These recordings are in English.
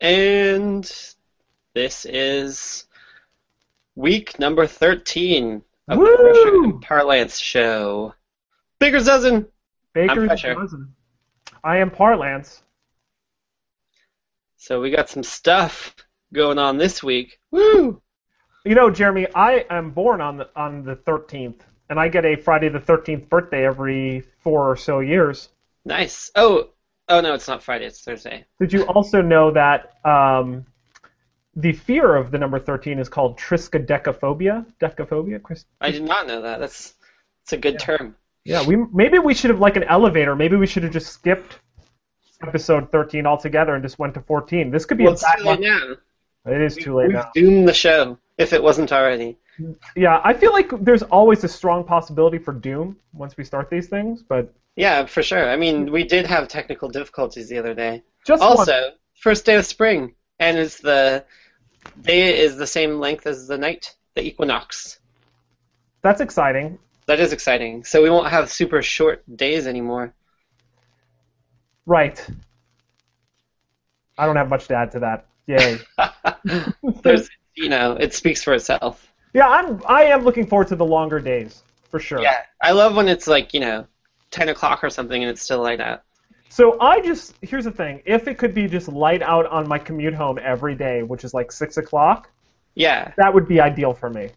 And this is week number 13 of the Pressure Woo! and Parlance Show. Bigger dozen! Baker's Fletcher. dozen. I am Parlance. So we got some stuff going on this week. Woo! You know, Jeremy, I am born on the on the 13th, and I get a Friday the 13th birthday every four or so years. Nice. Oh, oh no, it's not Friday, it's Thursday. Did you also know that um, the fear of the number 13 is called triskaidekaphobia? Decaphobia, Chris? I did not know that. That's that's a good Yeah. term. Yeah, we maybe we should have like an elevator. Maybe we should have just skipped episode 13 altogether and just went to 14. This could be Well, a it's bad too late one. now. It is too late We've now. doomed the show, if it wasn't already. Yeah, I feel like there's always a strong possibility for doom once we start these things, but Yeah, for sure. I mean, we did have technical difficulties the other day. just one- also, first day of spring, and it's the day is the same length as the night, the equinox. that's exciting. That is exciting. So we won't have super short days anymore. Right. I don't have much to add to that. Yay. There's, you know, it speaks for itself. yeah, I'm I am looking forward to the longer days for sure. Yeah, I love when it's like you know, ten o'clock or something, and it's still light out. So I just here's the thing: if it could be just light out on my commute home every day, which is like six o'clock, Yeah, that would be ideal for me.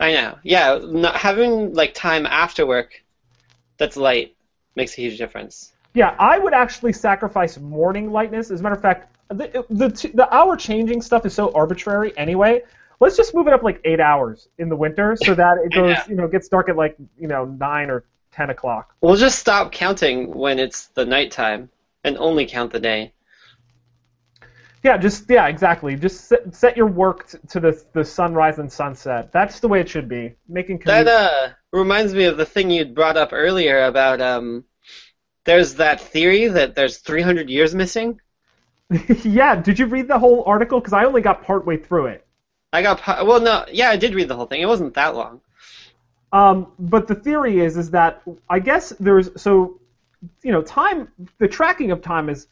I know. Yeah, not having like time after work that's light makes a huge difference. Yeah, I would actually sacrifice morning lightness. As a matter of fact, the the, t- the hour changing stuff is so arbitrary anyway. Let's just move it up like eight hours in the winter, so that it I know. goes, you know, gets dark at like you know nine or ten o'clock. We'll just stop counting when it's the nighttime and only count the day. Yeah, just yeah, exactly. Just set, set your work t- to the the sunrise and sunset. That's the way it should be. Making That commute. uh, reminds me of the thing you brought up earlier about um, there's that theory that there's 300 years missing. yeah. Did you read the whole article? Because I only got partway through it. I got po- well, no, yeah, I did read the whole thing. It wasn't that long. Um, but the theory is is that I guess there's so you know time the tracking of time is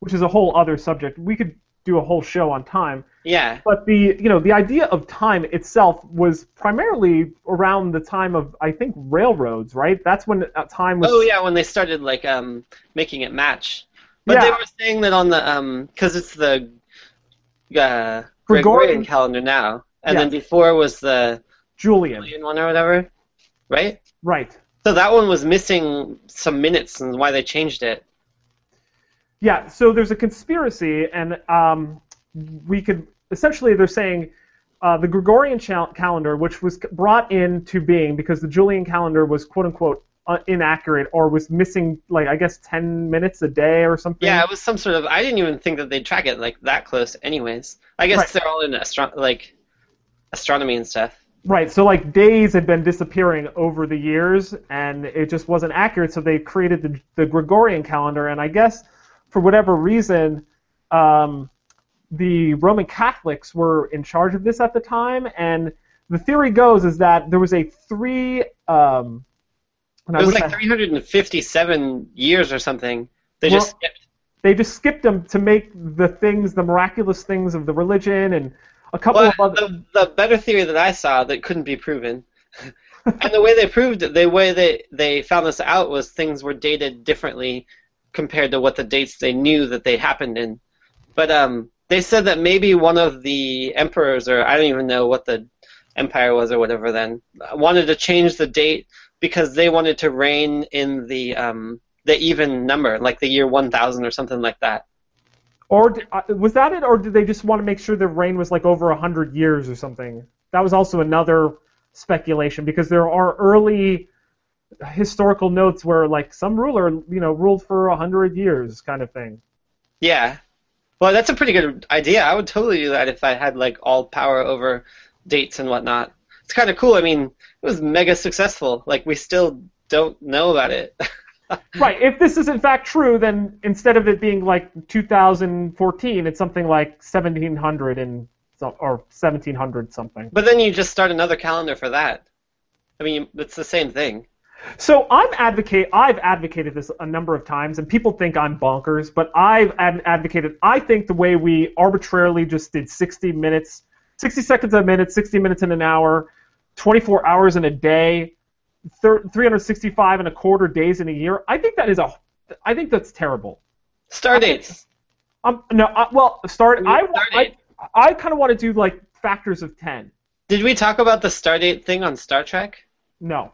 which is a whole other subject. We could do a whole show on time. Yeah, But the you know the idea of time itself was primarily around the time of I think railroads, right? That's when uh, time was Oh yeah, when they started like um making it match. But they Yeah. were saying that on the um because it's the uh, Gregorian, Gregorian- calendar now, and then Yes. before was the Julian. Julian one or whatever, right? Right. So that one was missing some minutes, and why they changed it. Yeah, so there's a conspiracy, and um, we could essentially they're saying uh, the Gregorian chal- calendar, which was c- brought into being because the Julian calendar was quote unquote uh, inaccurate or was missing, like I guess, ten minutes a day or something. Yeah, it was some sort of. I didn't even think that they'd track it like that close. Anyways, I guess Right. they're all in astro- like astronomy and stuff. Right. So like days had been disappearing over the years, and it just wasn't accurate. So they created the, the Gregorian calendar, and I guess for whatever reason, um, the Roman Catholics were in charge of this at the time. And the theory goes is that there was a three. Um, and I It was wish like I- 357 years or something. They Well- just skipped. they just skipped them to make the things, the miraculous things of the religion, and a couple Well, of other. the, the better theory that I saw that couldn't be proven, and the way they proved it, the way they, they found this out was things were dated differently compared to what the dates they knew that they happened in. But um, they said that maybe one of the emperors, or I don't even know what the empire was or whatever then, wanted to change the date because they wanted to reign in the um, the even number, like the year 1000 or something like that. Or d- uh, was that it? Or did they just want to make sure the reign was like over hundred years or something? That was also another speculation because there are early historical notes where like some ruler, you know, ruled for hundred years, kind of thing. Yeah. Well, that's a pretty good idea. I would totally do that if I had like all power over dates and whatnot. It's kind of cool. I mean, it was mega successful. Like we still don't know about it. Right. If this is in fact true, then instead of it being like 2014, it's something like 1700 and so- or 1700 something. But then you just start another calendar for that. I mean, it's the same thing. So I'm advocate. I've advocated this a number of times, and people think I'm bonkers. But I've ad- advocated. I think the way we arbitrarily just did 60 minutes, 60 seconds a minute, 60 minutes in an hour, 24 hours in a day, thir- 365 and a quarter days in a year. I think that is a. I think that's terrible. Star dates. Um, no. I, well, start. We I, have wa- star I, date. I kind of want to do like factors of 10. Did we talk about the star date thing on Star Trek? No.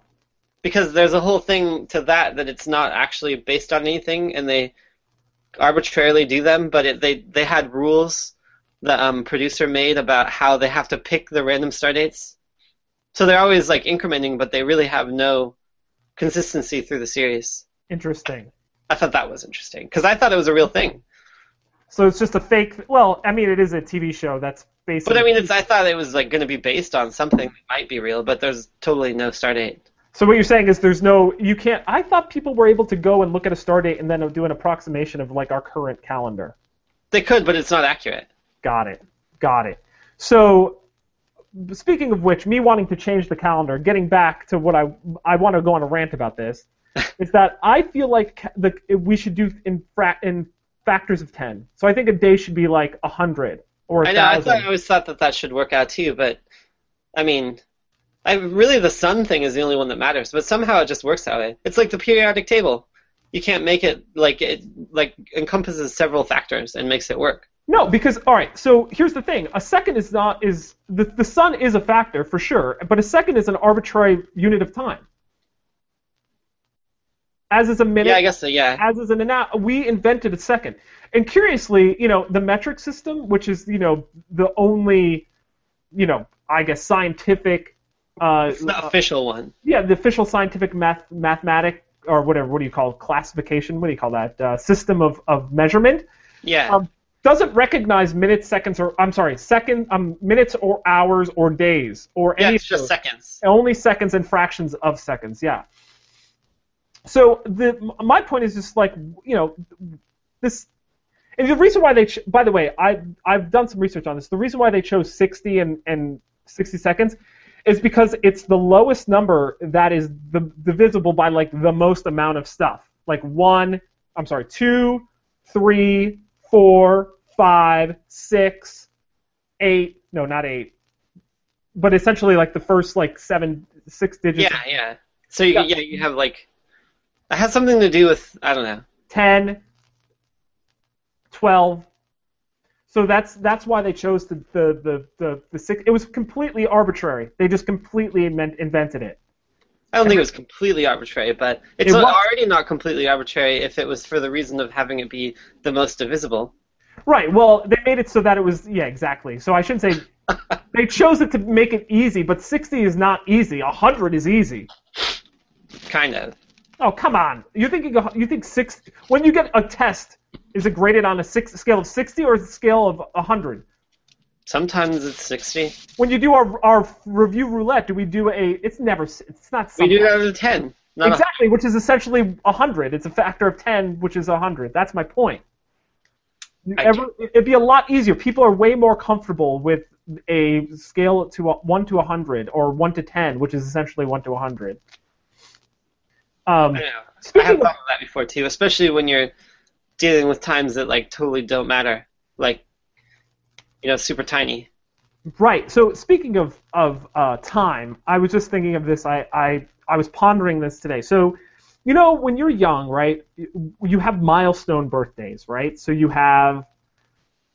because there's a whole thing to that that it's not actually based on anything, and they arbitrarily do them. But it, they they had rules the um, producer made about how they have to pick the random star dates. So they're always like incrementing, but they really have no consistency through the series. Interesting. I thought that was interesting because I thought it was a real thing. So it's just a fake. Well, I mean, it is a TV show that's based. But on- I mean, it's I thought it was like going to be based on something that might be real, but there's totally no star date. So what you're saying is there's no. You can't. I thought people were able to go and look at a star date and then do an approximation of like our current calendar. They could, but it's not accurate. Got it. Got it. So speaking of which, me wanting to change the calendar, getting back to what I I want to go on a rant about this, is that I feel like ca- the we should do in fra- in factors of 10. So I think a day should be like 100 or I know. I, 1000. thought, I always thought that that should work out too, but I mean, I really the sun thing is the only one that matters. But somehow it just works that way. It's like the periodic table. You can't make it like it like encompasses several factors and makes it work. No, because all right. So here's the thing: a second is not is the the sun is a factor for sure, but a second is an arbitrary unit of time. As is a minute, Yeah, I guess so. Yeah, as is an hour. We invented a second, and curiously, you know, the metric system, which is you know the only, you know, I guess scientific, uh, it's the official one. yeah, the official scientific math mathematic or whatever. What do you call it? classification? What do you call that uh, system of of measurement? Yeah, um, doesn't recognize minutes, seconds, or I'm sorry, second, um, minutes or hours or days or yeah, any. it's of just those. seconds. Only seconds and fractions of seconds. Yeah. So the m- my point is just like you know this. And the reason why they, ch- by the way, I I've done some research on this. The reason why they chose 60 and, and 60 seconds is because it's the lowest number that is the divisible by like the most amount of stuff. Like one, I'm sorry, two, three, four, five, six, eight. No, not eight. But essentially, like the first like seven, six digits. Yeah, yeah. So you, yeah, you have like it has something to do with I don't know. 10, 12. So that's that's why they chose the the the, the, the six. It was completely arbitrary. They just completely invent, invented it. I don't think it was completely arbitrary, but it's It was. already not completely arbitrary if it was for the reason of having it be the most divisible. Right. Well, they made it so that it was yeah exactly. So I shouldn't say they chose it to make it easy, but 60 is not easy. 100 is easy. Kind of. Oh come on. You think you, you think six when you get a test is it graded on a six scale of 60 or a scale of 100? Sometimes it's 60. When you do our, our review roulette, do we do a? It's never. It's not. We Something. do that with 10. Not a- Exactly, which is essentially 100. It's a factor of 10, which is 100. That's my point. You I ever- it'd be a lot easier. People are way more comfortable with a scale to a, 1 to 100 or 1 to 10, which is essentially 1 to 100. Um, I know. I speaking have of- thought of that before too, especially when you're dealing with times that like totally don't matter, like you know, super tiny. Right. So speaking of of uh, time, I was just thinking of this. I, I I was pondering this today. So, you know, when you're young, right, you- you have milestone birthdays, right? So you have,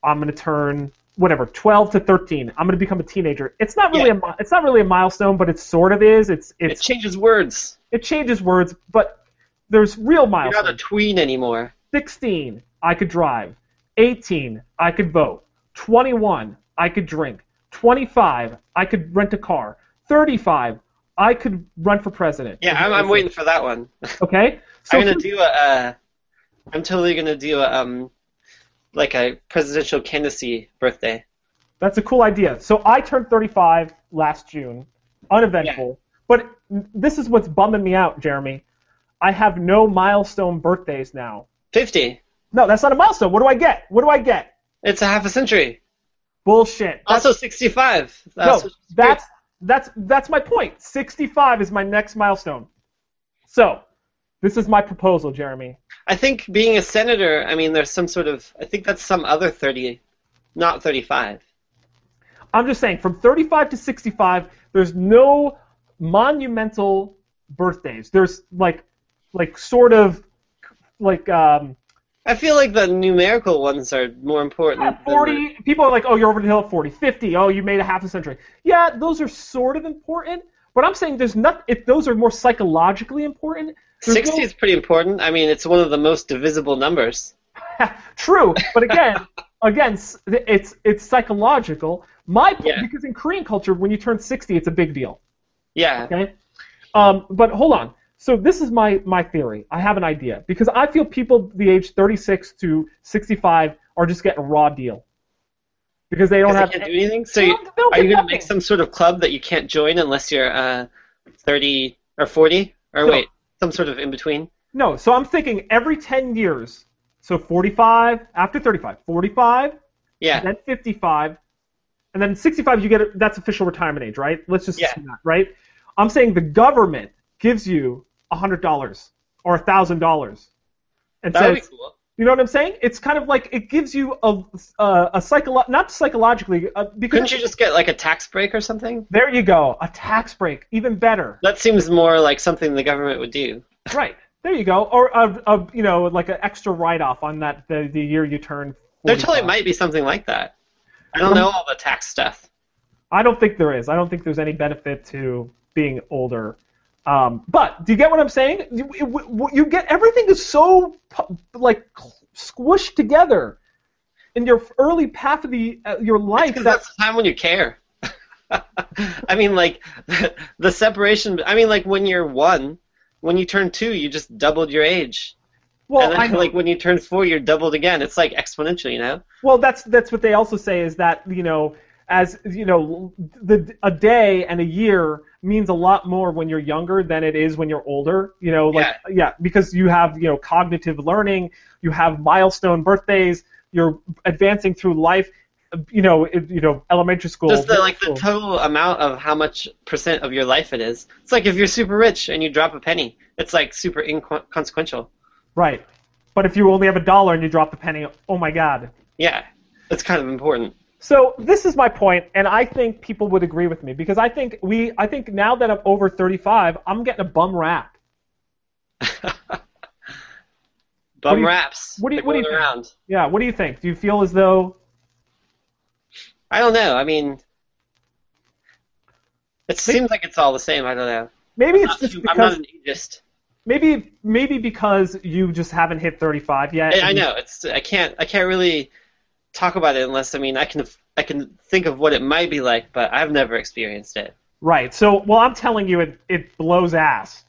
I'm gonna turn whatever 12 to 13. I'm gonna become a teenager. It's not really Yeah. a mi- it's not really a milestone, but it sort of is. It's It it's changes words. it changes words, but there's real You're not a milestones. tween anymore. 16, I could drive. 18, I could vote. 21, I could drink. 25, I could rent a car. 35, I could run for president. Yeah, I'm, I'm waiting for that one. Okay? I'm gonna do a. Uh, I'm totally gonna do a um, like a presidential candidacy birthday. That's a cool idea. So I turned 35 last June, uneventful. But this is what's bumming me out, Jeremy. I have no milestone birthdays now. 50. No, that's not a milestone. What do I get? What do I get? It's a half a century. Bullshit. That's- Also 65. No, That's- that's that's that's my point. 65 is my next milestone. So, this is my proposal, Jeremy. I think being a senator, I mean, there's some sort of. I think that's some other 30, not 35. I'm just saying, from 35 to 65, there's no monumental birthdays. There's like, like sort of, like um, I feel like the numerical ones are more important. yeah, than 40. People are like, oh, you're over the hill at 40, 50. Oh, you made a half a century. Yeah, those are sort of important. But I'm saying there's not. If those are more psychologically important, the- there's no- 60 is pretty important. I mean, it's one of the most divisible numbers. True, but again, again, s- it's it's psychological. My point, Yeah. because in Korean culture, when you turn 60, it's a big deal. Yeah. Okay. Um, but hold on. So this is my my theory. I have an idea because I feel people the age 36 to 65 are just getting a raw deal because they don't Because they can't have. do anything. So They you, don't- they don't are you get going to nothing. make some sort of club that you can't join unless you're uh, 30 or 40? Or No. wait, some sort of in between? No, so I'm thinking every 10 years, so 45 after 35, 45, Yeah. then 55, and then 65 you get a, that's official retirement age, right? Let's just Yeah. assume that, right? I'm saying the government gives you $100 or $1,000 and That would be says, cool. you know what I'm saying? It's kind of like it gives you a a, a psycholo- not psychologically uh, because Couldn't you just get like a tax break or something? there you go, a tax break, even better. That seems more like something the government would do. Right. There you go. Or a, a you know like an extra write off on that the, the year you turn. There 45. totally might be something like that. I don't know all the tax stuff. I don't think there is. I don't think there's any benefit to being older. Um, but do you get what I'm saying? You, it- w- you get everything is so pu- like squished together in your early half of the uh, your life. Because That, that's the time when you care. I mean, like the separation. I mean, like when you're one, when you turn two, you just doubled your age, well, and then I, like when you turn four, you're doubled again. It's like exponential, you know. Well, that's that's what they also say is that you know, as you know, the a day and a year means a lot more when you're younger than it is when you're older. You know, like yeah, because you have you know cognitive learning, you have milestone birthdays, you're advancing through life. You know, it, you know, elementary school. Just the middle like the school. total amount of how much percent of your life it is. It's like if you're super rich and you drop a penny, it's like super inconsequential. right. But if you only have a dollar and you drop the penny, oh my god, Yeah, it's kind of important. So this is my point, and I think people would agree with me because I think we, I think now that I'm over 35, I'm getting a bum rap. do Bum you- raps. what do you- they're what do you going think? around. Yeah. What do you think? Do you feel as though? I don't know. I mean, it seems like it's all the same. I don't know. Maybe it's Not just too- I'm not because an ageist. maybe maybe because you just haven't hit 35 yet. I, I and- know it's. I can't. I can't really talk about it unless I mean I can. I can think of what it might be like, but I've never experienced it. Right. So well, I'm telling you, it it blows ass.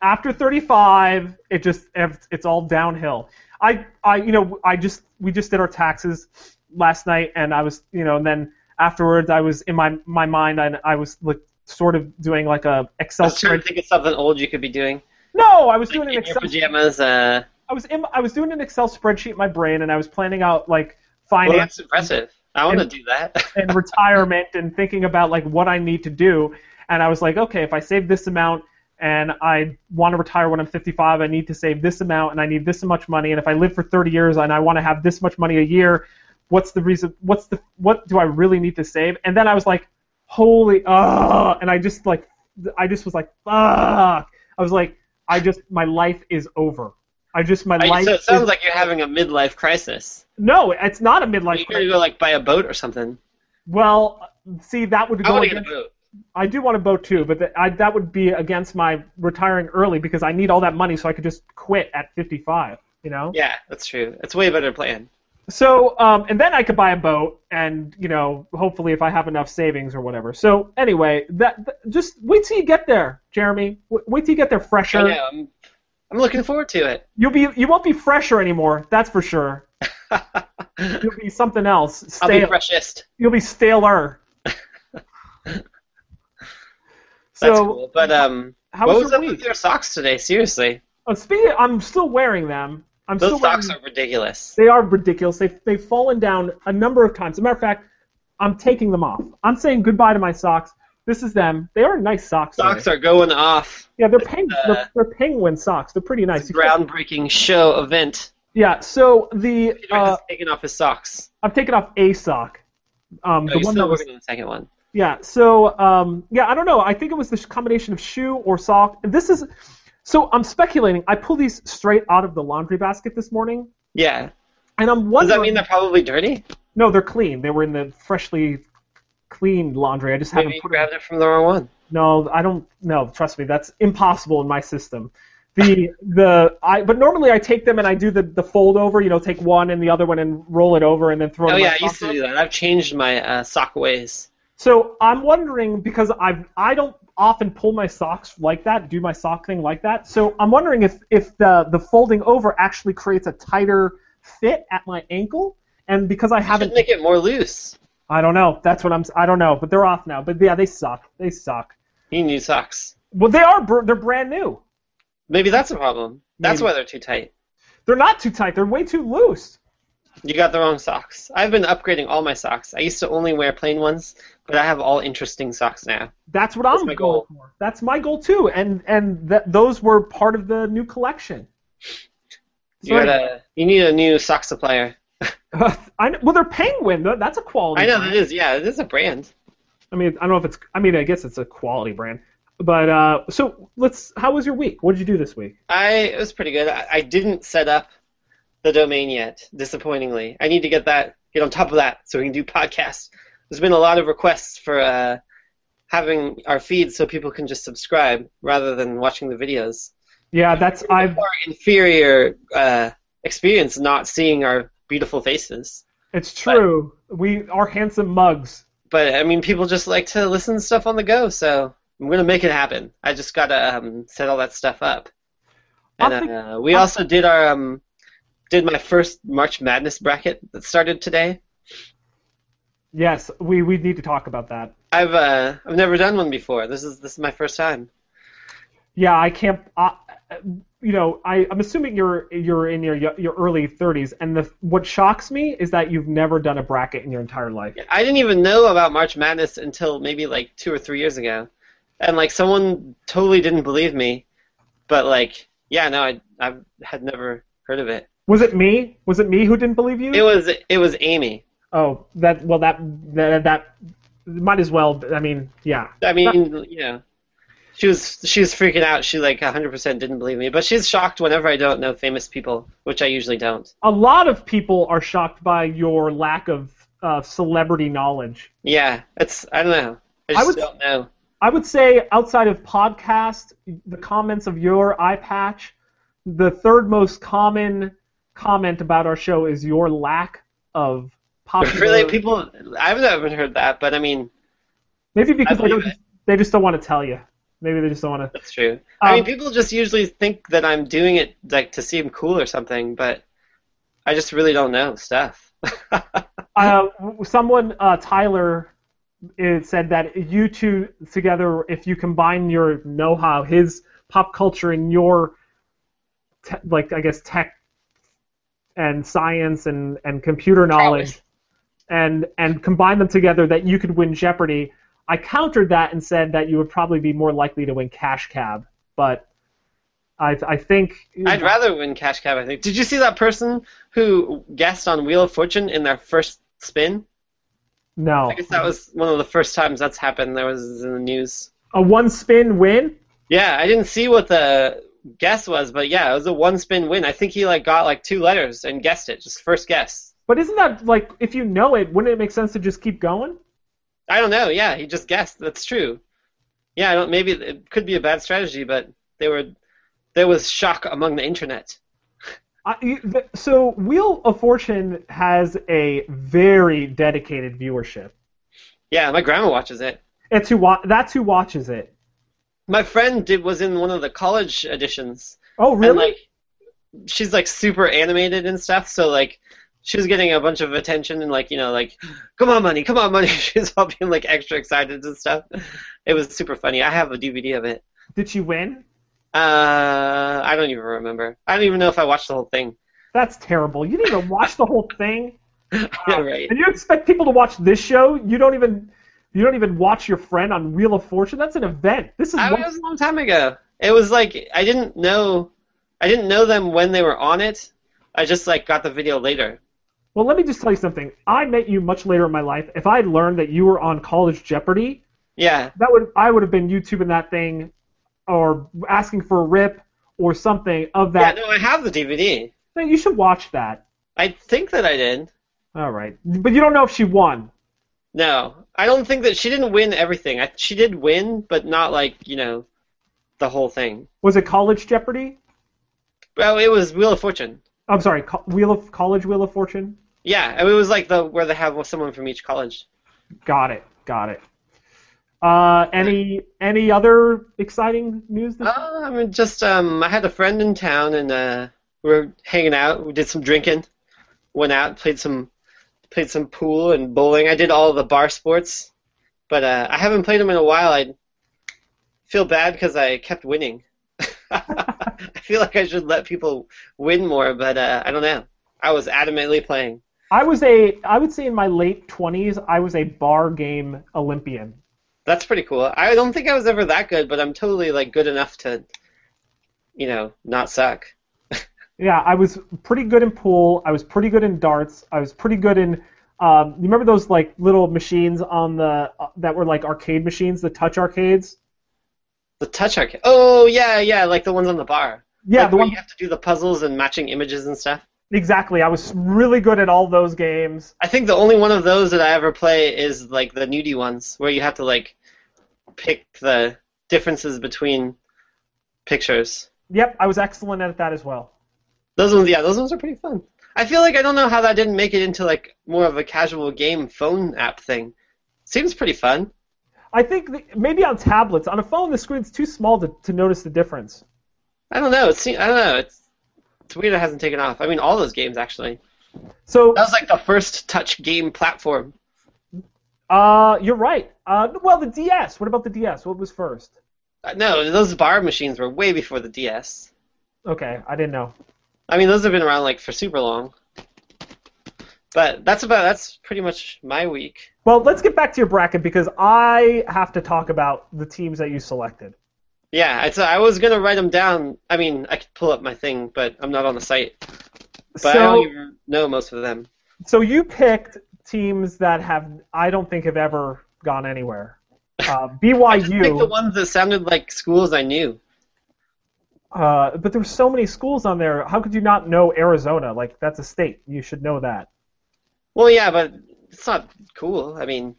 After 35, it just ev- it's all downhill. I I you know I just we just did our taxes last night, and I was you know and then afterwards I was in my my mind and I was like sort of doing like a I Excel was trying to spreadsheet. think of something old you could be doing No, I was doing like an in your Excel. pajamas. Uh, I was in, I was doing an Excel spreadsheet in my brain, and I was planning out like well, finance that's impressive. I want to And- do that. and retirement and thinking about like what I need to do. And I was like, okay, if I save this amount and I want to retire when I'm 55, I need to save this amount and I need this much money. And if I live for 30 years and I want to have this much money a year, what's the reason? What's the what do I really need to save? And then I was like, holy, ah! And I just like, I just was like, fuck. I was like, I just my life is over. I just my I, life. so it sounds is- like you're having a midlife crisis. no, it's not a midlife. You're gonna crisis. go like buy a boat or something. Well, see, that would I go want to get a against boat. I do want a boat too, but that, I, that would be against my retiring early because I need all that money so I could just quit at 55. You know. Yeah, that's true. It's a way better plan. So um, and then I could buy a boat and you know hopefully if I have enough savings or whatever. So anyway, that, th- just wait till you get there, Jeremy. W- wait till you get there I fresher. know. I'm, I'm looking forward to it. You'll be you won't be fresher anymore. That's for sure. You'll be something else. I'll be Stale. freshest. You'll be staler. so That's cool. But um, how what was, was your up week? with your socks today? Seriously, Oh, speaking, I'm still wearing them. I'm those still socks wearing, are ridiculous. They are ridiculous. They've, they've fallen down a number of times. As a matter of fact, I'm taking them off. I'm saying goodbye to my socks. This is them. They are nice socks. though. Socks are going off. yeah, they're peng- uh, they're, they're penguin socks. They're pretty nice. It's a groundbreaking show event. Yeah. So the Peter uh, has taken off his socks. I've taken off a sock. Um, Oh, the he's one still that was working on the second one. Yeah. So um, yeah, I don't know. I think it was the sh- combination of shoe or sock. And This is so I'm speculating. I pulled these straight out of the laundry basket this morning, Yeah. and I'm Does wondering. that mean they're probably dirty? no, they're clean. They were in the freshly cleaned laundry. I just Maybe haven't you put. grabbed it from the wrong one. No, I don't. No, trust me, that's impossible in my system. The the I but normally I take them and I do the the fold over. You know, take one and the other one and roll it over and then throw. it Oh in my yeah, I used sock to drawer. do that. I've changed my uh, sock ways. So I'm wondering because I I don't often pull my socks like that, do my sock thing like that. So I'm wondering if if the the folding over actually creates a tighter fit at my ankle, and because I Should haven't, make it more loose. I don't know. That's what I'm. s- I don't know, but they're off now. But yeah, they suck. They suck. You need socks. Well, they are. br- They're brand new. Maybe that's a problem. That's Maybe. why they're too tight. They're not too tight. They're way too loose. You got the wrong socks. I've been upgrading all my socks. I used to only wear plain ones, but I have all interesting socks now. That's what That's I'm my going goal. for. That's my goal too. And and th- those were part of the new collection. You Sorry. gotta. You need a new sock supplier. I know, well, they're penguin. tho- That's a quality. I know brand. that is. Yeah, it is a brand. I mean, I don't know if it's. I mean, I guess it's a quality brand. But uh, so let's. How was your week? What did you do this week? I it was pretty good. I, I didn't set up the domain yet, disappointingly. I need to get that get on top of that so we can do podcasts. There's been a lot of requests for uh, having our feed so people can just subscribe rather than watching the videos. Yeah, that's. I've. Far inferior uh, experience not seeing our beautiful faces. It's true. We are handsome mugs. But I mean, people just like to listen to stuff on the go, so I'm gonna make it happen. I just gotta um, set all that stuff up. I'll And think- uh, we I'll- also did our um, did my first March Madness bracket that started today. Yes, we we need to talk about that. I've uh, I've never done one before. This is this is my first time. Yeah, I can't. I, you know, I I'm assuming you're you're in your your early 30s, and the what shocks me is that you've never done a bracket in your entire life. I didn't even know about March Madness until maybe like two or three years ago, and like someone totally didn't believe me, but like yeah, no, I I had never heard of it. Was it me? Was it me who didn't believe you? It was it was Amy. oh, that well that that that might as well. I mean, yeah. I mean, you know, she was she was freaking out. She like 100% didn't believe me, but she's shocked whenever I don't know famous people, which I usually don't. a lot of people are shocked by your lack of uh, celebrity knowledge. Yeah, it's I don't know. I I just would- don't know. I would say outside of podcast, the comments of your eye patch, the third most common comment about our show is your lack of popular. really, people. I've never heard that, but I mean, Maybe because I they, believe don't, they just don't want to tell you. Maybe they just don't want to. that's true. I mean, Um, people just usually think that I'm doing it like to seem cool or something, but I just really don't know stuff. Uh, w- someone, uh, Tyler, it said that you two together, if you combine your know-how, his pop culture and your, te- like I guess tech and science and, and computer knowledge, and and combine them together, that you could win Jeopardy. I countered that and said that you would probably be more likely to win Cash Cab, but I I think I'd rather win cash cab. I think. Did you see that person who guessed on Wheel of Fortune in their first spin? no I guess that was one of the first times that's happened. That was in the news. a one spin win. Yeah, I didn't see what the guess was, but yeah, it was a one spin win. I think he like got like two letters and guessed it, just first guess. But isn't that like if you know it, wouldn't it make sense to just keep going? I don't know. Yeah, he just guessed. That's true. Yeah, I don't. Maybe it could be a bad strategy, but they were there was shock among the internet. I, you- th- so Wheel of Fortune has a very dedicated viewership. Yeah, my grandma watches it. It's who wa- that's who watches it. My friend did was in one of the college editions, Oh really? and like she's like super animated and stuff so like she was getting a bunch of attention and like you know like come on money come on money she's all being like extra excited and stuff it was super funny i have a dvd of it Did she win? uh i don't even remember i don't even know if i watched the whole thing That's terrible. You didn't even watch the whole thing. yeah, right And you expect people to watch this show? You don't even. You don't even watch your friend on Wheel of Fortune. That's an event. This is I, one- it was a long time ago. It was like I didn't know, I didn't know them when they were on it. I just like got the video later. Well, let me just tell you something. I met you much later in my life. If I learned that you were on College Jeopardy, Yeah, that would I would have been YouTubing that thing, or asking for a rip or something of that. yeah. No, I have the DVD. Man, you should watch that. I think that I did. All right, but you don't know if she won. No, I don't think that she didn't win everything. I, she did win, but not like you know, the whole thing. Was it College Jeopardy? Well, it was Wheel of Fortune. I'm sorry, co- Wheel of College Wheel of Fortune. Yeah, it was like the where they have someone from each college. Got it. Got it. Uh, any any other exciting news? This Uh, I mean, just um, I had a friend in town, and uh, we were hanging out. We did some drinking, went out, played some, played some pool and bowling. I did all the bar sports, but uh, I haven't played them in a while. I feel bad because I kept winning. I feel like I should let people win more, but uh, I don't know. I was adamantly playing. I was a I would say in my late 20s I was a bar game Olympian. That's pretty cool. I don't think I was ever that good, but I'm totally like good enough to, you know, not suck. Yeah, I was pretty good in pool. I was pretty good in darts. I was pretty good in. Um, you remember those like little machines on the uh, that were like arcade machines, the touch arcades? The touch arcade. Oh yeah, yeah, like the ones on the bar. Yeah, like the where one you have to do the puzzles and matching images and stuff. exactly. I was really good at all those games. I think the only one of those that I ever play is like the nudie ones, where you have to like pick the differences between pictures. Yep, I was excellent at that as well. Those ones, yeah, those ones are pretty fun. I feel like I don't know how that didn't make it into like more of a casual game phone app thing. Seems pretty fun. I think the, maybe on tablets, on a phone, the screen's too small to, to notice the difference. I don't know. It seems, I don't know. It's it's weird it hasn't taken off. I mean, all those games actually. So That was like the first touch game platform. uh, you're right. Uh, well, the DS. What about the DS? What was first? Uh, No, those bar machines were way before the DS. Okay, I didn't know. I mean, those have been around like for super long. But that's about that's pretty much my week. Well, let's get back to your bracket because I have to talk about the teams that you selected. Yeah, I, so I was gonna write them down. I mean, I could pull up my thing, but I'm not on the site. But I don't so, even know most of them. so you picked teams that have I don't think have ever gone anywhere. Uh, I just picked the BYU, ones that sounded like schools I knew. uh, but there's so many schools on there. How could you not know Arizona? Like that's a state. You should know that. Well, yeah, but it's not cool. I mean,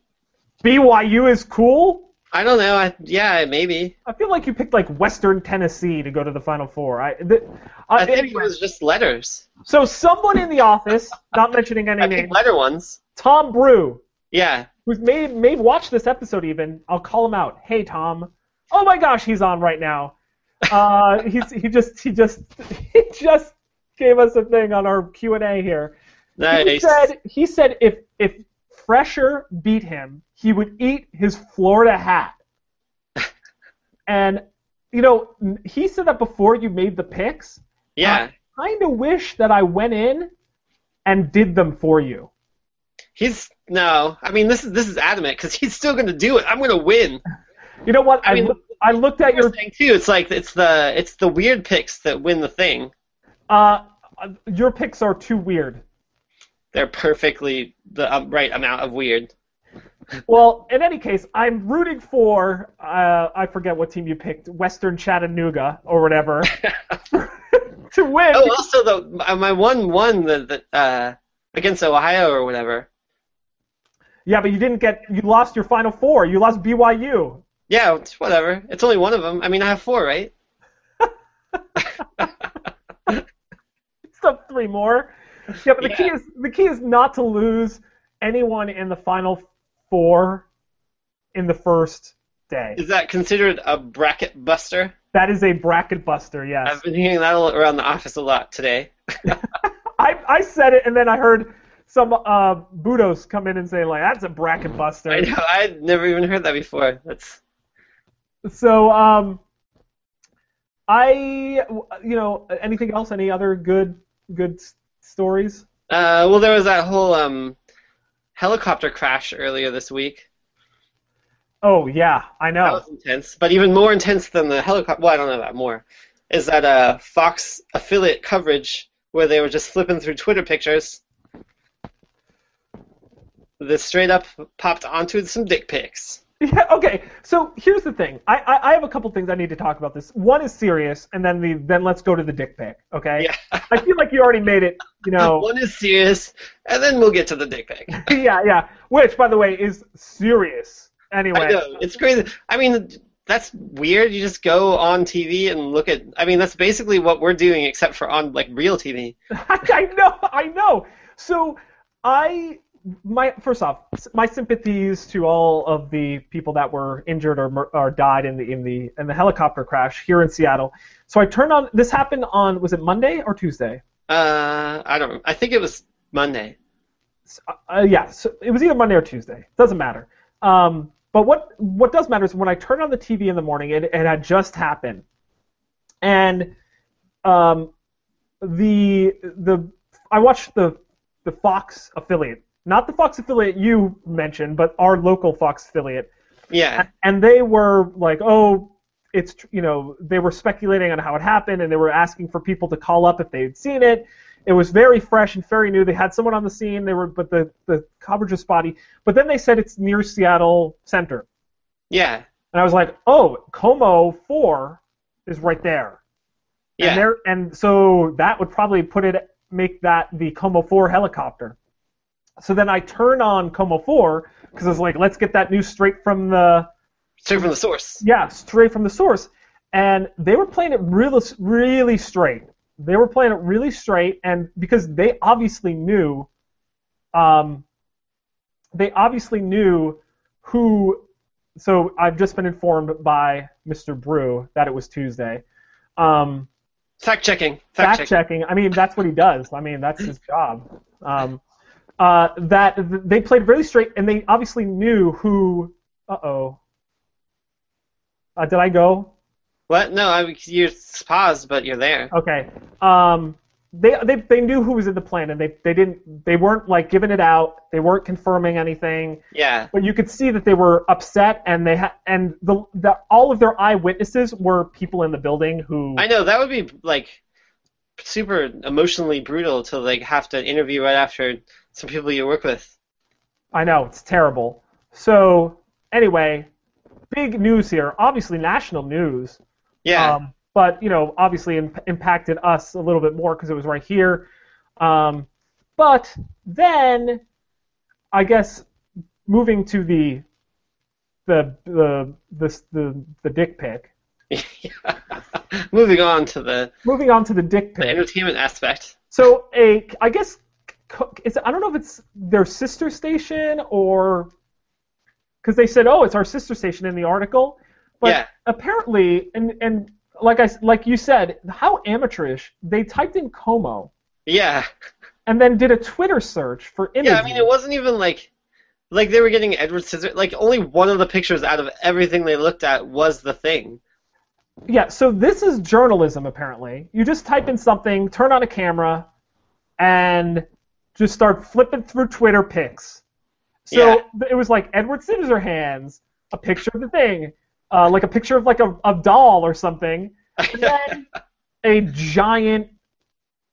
BYU is cool. I don't know. I, yeah, maybe. I feel like you picked like Western Tennessee to go to the Final Four. I, th- I, I think it Uh, anyway, was just letters. so someone in the office, not mentioning any I picked names, letter ones. Tom Brew, Yeah. who's may may watch this episode even. I'll call him out. Hey Tom. Oh my gosh, he's on right now. Uh, he's he just he just he just gave us a thing on our Q and A here. He Nice. said he said if if Fresher beat him, he would eat his Florida hat. and you know he said that before you made the picks. yeah. Kind of wish that I went in and did them for you. He's no. I mean, this is this is adamant because he's still going to do it. I'm going to win. You know what? I, I mean, look- I looked at your You're saying too. It's like it's the it's the weird picks that win the thing. Uh, your picks are too weird. They're perfectly the um, right amount of weird. Well, in any case, I'm rooting for uh, I forget what team you picked, Western Chattanooga or whatever, to win. Oh, also the uh, my one one the, the uh against Ohio or whatever. Yeah, but you didn't get. You lost your Final Four. You lost BYU. Yeah, it's whatever. It's only one of them. I mean, I have four, right? Still three more. Yeah, but the key Yeah. is the key is not to lose anyone in the Final Four in the first day. Is that considered a bracket buster? That is a bracket buster. Yes. I've been hearing that a lot around the office a lot today. I, I said it, and then I heard some uh, Budos come in and say, like, that's a bracket I buster. know. I'd never even heard that before. That's So, um, I, you know, anything else? Any other good, good s- stories? Uh, well, there was that whole um, helicopter crash earlier this week. Oh yeah, I That know. was intense. But even more intense than the helicopter. Well, I don't know about more. Is that uh, Fox affiliate coverage where they were just flipping through Twitter pictures? This straight up popped onto some dick pics. Yeah, okay. So here's the thing. I, I, I have a couple things I need to talk about this. One is serious, and then the then let's go to the dick pic. Okay. Yeah. I feel like you already made it. You know. One is serious, and then we'll get to the dick pic. yeah, yeah. Which, by the way, is serious. Anyway. I know it's crazy. I mean, that's weird. You just go on TV and look at. I mean, that's basically what we're doing, except for on like real TV. I know, I know. So I my first off, s- my sympathies to all of the people that were injured or, mur- or died in the in the in the helicopter crash here in Seattle. So I turned on this happened on was it Monday or Tuesday? Uh, I don't. I think it was Monday. S- Uh, yeah, so it was either Monday or Tuesday. Doesn't matter. Um, but what what does matter is when I turned on the TV in the morning, it, it had just happened, and um, the the I watched the the Fox affiliate, not the Fox affiliate you mentioned, but our local Fox affiliate, Yeah. and they were like, oh, it's tr- you know, they were speculating on how it happened, and they were asking for people to call up if they had seen it. It was very fresh and very new. They had someone on the scene. They were, but the the coverage was spotty. But then they said it's near Seattle Center, Yeah. and I was like, oh, Como Four is right there. And Yeah. there, and so that would probably put it make that the Como 4 helicopter. So then I turn on Como 4 because I was like, let's get that news straight from the Straight from the source. yeah, straight from the source. And they were playing it really, really straight. They were playing it really straight, and because they obviously knew, um, they obviously knew who. So I've just been informed by Mr. Brew that it was Tuesday. Um, Fact checking. Fact, fact checking. checking. I mean, that's what he does. I mean, that's his job. Um, uh, that th- they played really straight, and they obviously knew who. Uh-oh. Uh Did I go? What? No, I mean, you're paused, but you're there. Okay. Um, they, they they knew who was in the plan, and they they didn't they weren't like giving it out. They weren't confirming anything. Yeah. But you could see that they were upset, and they ha- and the, the all of their eyewitnesses were people in the building who. I know that would be like super emotionally brutal to like have to interview right after some people you work with. I know, it's terrible. So, anyway, big news here. Obviously, national news. Yeah. Um, but, you know, obviously imp- impacted us a little bit more because it was right here. Um, but then, I guess, moving to the the the the the, the dick pic. Moving on to the, Moving on to the dick the pic. entertainment aspect. So a, I guess, co- it's, I don't know if it's their sister station or, because they said, oh, it's our sister station in the article, but Yeah. apparently, and and like I s- like you said, how amateurish they typed in Como Yeah. and then did a Twitter search for images. Yeah, I mean, it wasn't even like like they were getting Edward Scissor. Like only one of the pictures out of everything they looked at was the thing. Yeah, so this is journalism apparently. You just type in something, turn on a camera, and just start flipping through Twitter pics. So Yeah. th- it was like Edward Scissorhands, a picture of the thing, uh, like a picture of like a, a doll or something, and then a giant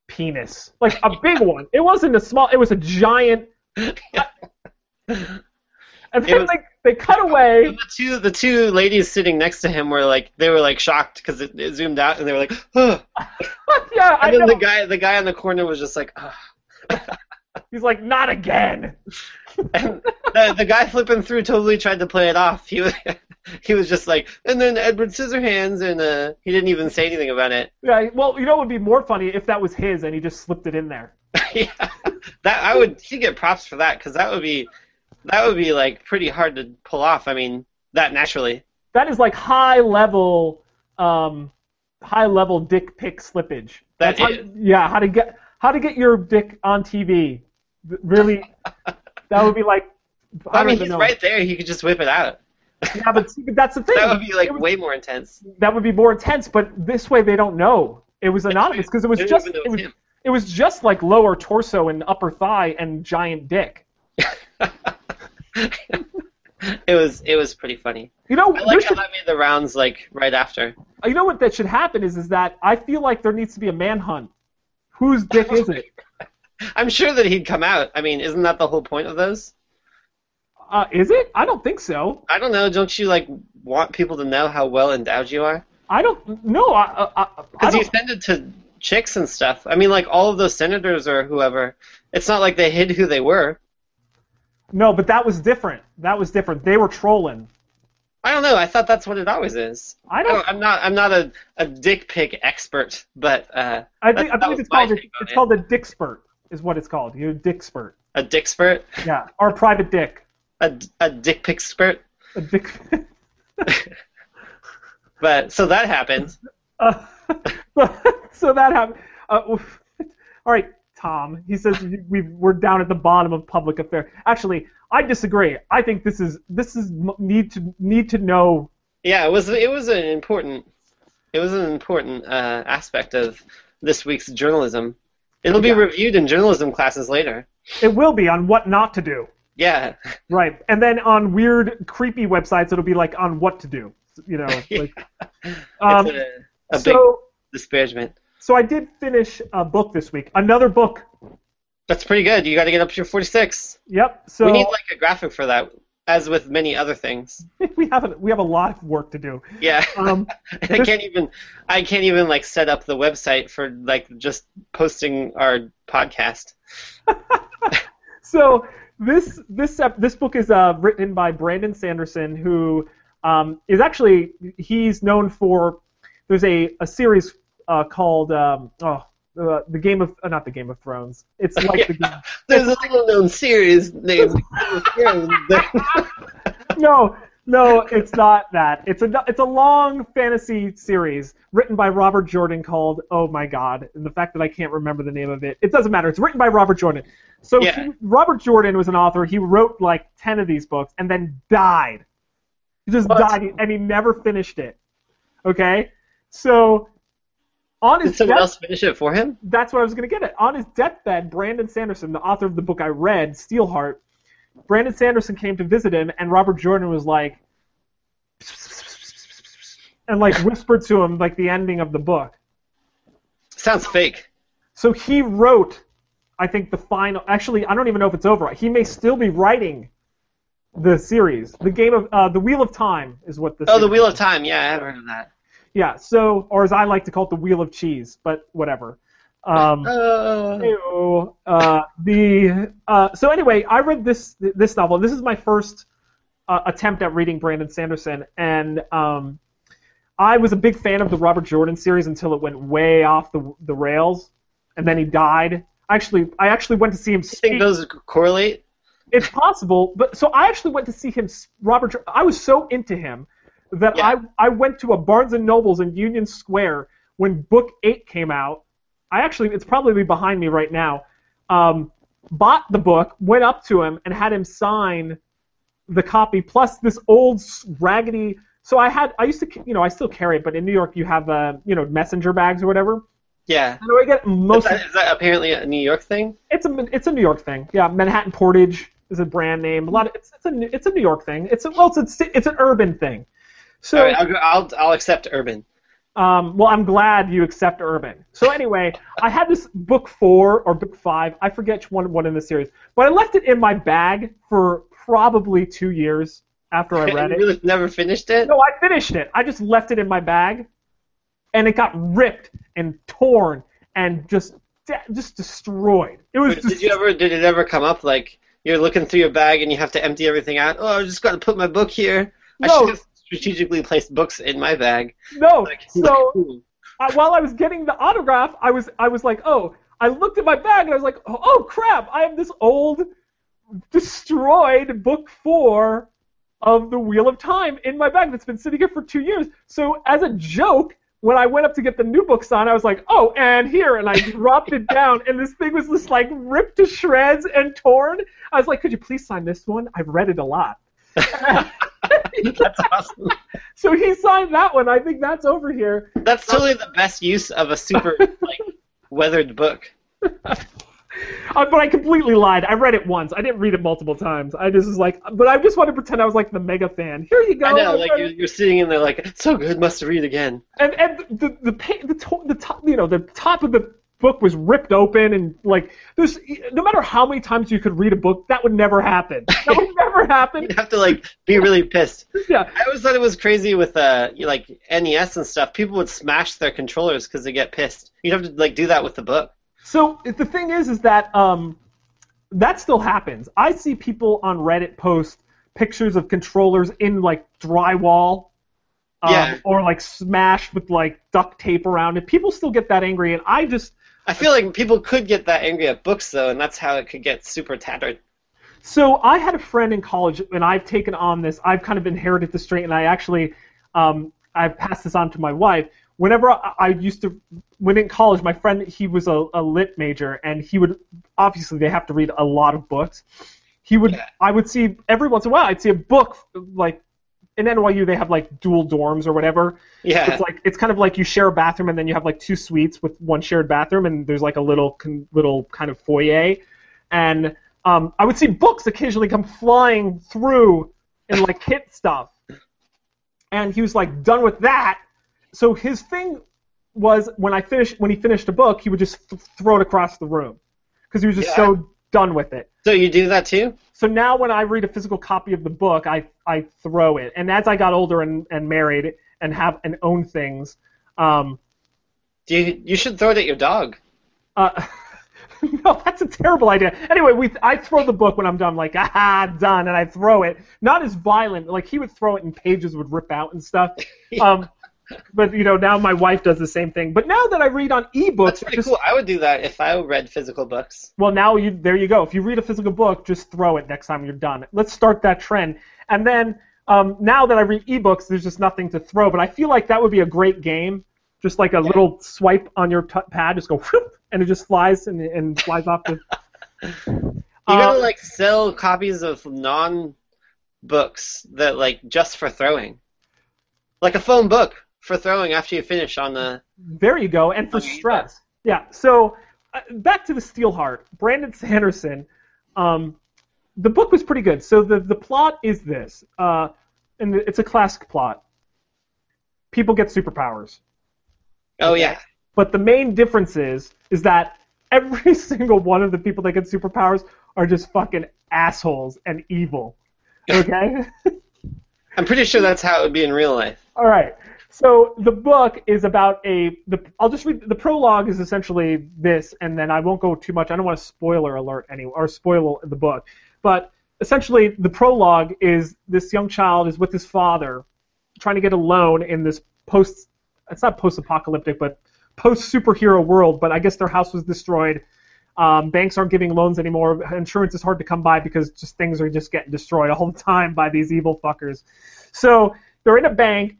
penis, like a big one. It wasn't a small. It was a giant. And It then was- like they cut away. The two the two ladies sitting next to him were like they were like shocked because it, it zoomed out and they were like, Ugh. yeah, I and then know. the guy the guy in the corner was just like, Ugh. He's like, not again. and the the guy flipping through totally tried to play it off. He was he was just like, and then Edward Scissorhands and uh, he didn't even say anything about it. Yeah, well, you know, it would be more funny if that was his and he just slipped it in there. yeah, that I would. He get props for that because that would be, that would be like pretty hard to pull off. I mean, that naturally. That is like high level, um, high level dick pic slippage. That how, is. yeah, how to get how to get your dick on TV. Really, that would be like. I, I, mean, don't even he's know. right there. He could just whip it out. Yeah, but see, but that's the thing. That would be like It would- way more intense. that would be more intense. But this way, they don't know it was anonymous because it was They don't just even know it it's was, him. it was just like lower torso and upper thigh and giant dick. it was it was pretty funny. You know, I like Richard- how that made the rounds like right after. you know what that should happen is is that I feel like there needs to be a manhunt. Whose dick is it? I'm sure that he'd come out. I mean, isn't that the whole point of those? Uh, is it? I don't think so. I don't know. Don't you like want people to know how well endowed you are? I don't. No, I. I, I, I Because you don't, send it to chicks and stuff. I mean, like all of those senators or whoever. It's not like they hid who they were. no, but that was different. That was different. They were trolling. I don't know. I thought that's what it always is. I I don't. don't, I'm not. I'm not a, a dick pic expert, but uh, I think. I that believe was it's my called. A, take on it's it. called a dick spurt. Is what it's called. Your dick spurt. a dick spurt, Yeah. Or a private dick. a, a dick pic spurt. A dick. But so that happened. Uh, so that happened. Uh, oof. all right, Tom. He says we we're down at the bottom of public affair. Actually, I disagree. I think this is this is m- need to need to know. Yeah, it was. It was an important. It was an important uh, aspect of this week's journalism. It'll be Yeah. reviewed in journalism classes later. It will be on what not to do. Yeah, Right, and then on weird, creepy websites, it'll be like on what to do. You know, like um, it's a, a so. big disparagement. So I did finish a book this week. Another book. That's pretty good. You got to get up to your 46. Yep. So we need like a graphic for that, as with many other things. we have a, we have a lot of work to do. Yeah, Um, I can't even. I can't even like set up the website for like just posting our podcast. so this this ep- this book is uh, written by Brandon Sanderson, who um, is actually he's known for there's a a series uh, called um, oh uh, the Game of uh, not the Game of Thrones. It's like the Game. There's a little-known series named. no, no, it's not that. It's a it's a long fantasy series written by Robert Jordan called Oh My God, and the fact that I can't remember the name of it, it doesn't matter. It's written by Robert Jordan. So Yeah. he- Robert Jordan was an author. He wrote like ten of these books and then died. He just What? died, and he never finished it. Okay, so on his Did someone death- else finish it for him? that's what I was going to get at. On his deathbed, Brandon Sanderson, the author of the book I read, Steelheart, Brandon Sanderson came to visit him, and Robert Jordan was like, and like whispered to him like the ending of the book. Sounds fake. So he wrote, I think the final. Actually, I don't even know if it's over. He may still be writing the series, the game of uh, the Wheel of Time is what this. Oh, the Wheel of Time. Yeah, I have heard of that. Yeah. So, or as I like to call it, the Wheel of Cheese, but whatever. Um, Oh, Ew. Uh, the uh, so anyway, I read this this novel. This is my first uh, attempt at reading Brandon Sanderson, and um, I was a big fan of the Robert Jordan series until it went way off the the rails, and then he died. Actually, I actually went to see him you think speak. those correlate? It's possible, but so I actually went to see him. s- Robert, Jor- I was so into him that Yeah. I I went to a Barnes and Nobles in Union Square when Book Eight came out. I actually, it's probably behind me right now. Um, bought the book, went up to him, and had him sign the copy plus this old s- raggedy. So I had, I used to, ca- you know, I still carry it, but in New York you have, uh, you know, messenger bags or whatever. Yeah. And I get Is most. that, is that apparently a New York thing? It's a it's a New York thing. Yeah, Manhattan Portage is a brand name. A lot of it's, it's a it's a New York thing. It's a, well, it's a, ci- it's an urban thing. So All right, I'll, go- I'll I'll accept urban. um, well, I'm glad you accept urban. So anyway, I had this book four or book five. I forget which one one in the series, but I left it in my bag for probably two years after I You read it. really never finished it. No, I finished it. I just left it in my bag, and it got ripped and torn and just just destroyed. It was. But Did you just- ever? Did it ever come up like you're looking through your bag and you have to empty everything out? Oh, I just got to put my book here. I No. should have strategically placed books in my bag. no, Like, so cool. I, while I was getting the autograph, I was I was like, oh, I looked at my bag and I was like, oh, oh, crap, I have this old, destroyed book four of the Wheel of Time in my bag that's been sitting here for two years. So as a joke, when I went up to get the new book signed, I was like, oh, and here, and I dropped it down, and this thing was just like ripped to shreds and torn. I was like, could you please sign this one? I've read it a lot. that's awesome. So he signed that one. I think that's over here. That's totally the best use of a super like weathered book. Uh, but I completely lied. I read it once. I didn't read it multiple times. I just was like, but I just want to pretend I was like the mega fan. Here you go. I know, like read you're, it. you're sitting in there, like so good, must read again. and and the the pa- the, to- the top you know the top of the book was ripped open and like there's no matter how many times you could read a book that would never happen. That would never happen. You'd have to like be really pissed. Yeah. I always thought it was crazy with uh you- like NES and stuff. People would smash their controllers because they get pissed. You'd have to like do that with the book. So the thing is, is that um, that still happens. I see people on Reddit post pictures of controllers in like drywall, um, Yeah. or like smashed with like duct tape around it. People still get that angry, and I just I feel like people could get that angry at books though, and that's how it could get super tattered. So I had a friend in college, and I've taken on this. I've kind of inherited this trait, and I actually um, I've passed this on to my wife. Whenever I, I used to, when in college, my friend he was a, a lit major, and he would obviously they have to read a lot of books. He would Yeah. I would see every once in a while I'd see a book like in NYU they have like dual dorms or whatever, Yeah. it's like it's kind of like you share a bathroom and then you have like two suites with one shared bathroom and there's like a little con- little kind of foyer, and um, I would see books occasionally come flying through and like hit stuff, and he was like done with that. So his thing was when I finished when he finished a book, he would just th- throw it across the room because he was just Yeah. so done with it. so you do that too? So now when I read a physical copy of the book, I, I throw it. And as I got older and, and married and have and own things, um, Do you you should throw it at your dog. uh, no, that's a terrible idea. Anyway, we I throw the book when I'm done, like ah done, and I throw it. Not as violent, like he would throw it and pages would rip out and stuff. Um, but you know now my wife does the same thing. But now that I read on That's ebooks, pretty just cool. I would do that if I read physical books. Well, now you there you go. If you read a physical book, just throw it next time you're done. Let's start that trend. And then um, now that I read ebooks, there's just nothing to throw. But I feel like that would be a great game. Just like a little swipe on your t- pad, just go whoop, and it just flies and, and flies off the. You gotta Um, like sell copies of non books that like just for throwing. Like a phone book for throwing after you finish on the There you go, and for Okay, stress. Yeah. So uh, back to the Steelheart, Brandon Sanderson. Um, the book was pretty good. So the the plot is this, uh, and it's a classic plot. People get superpowers, Oh yeah. but the main difference is is that every single one of the people that get superpowers are just fucking assholes and evil. Okay. I'm pretty sure that's how it would be in real life. All right. So the book is about a the I'll just read the prologue is essentially this, and then I won't go too much. I don't want to spoiler alert any or spoil the book, but essentially the prologue is this young child is with his father, trying to get a loan in this post it's not post apocalyptic but post superhero world. But I guess their house was destroyed. Um, banks aren't giving loans anymore. Insurance is hard to come by because just things are just getting destroyed all the time by these evil fuckers. So they're in a bank.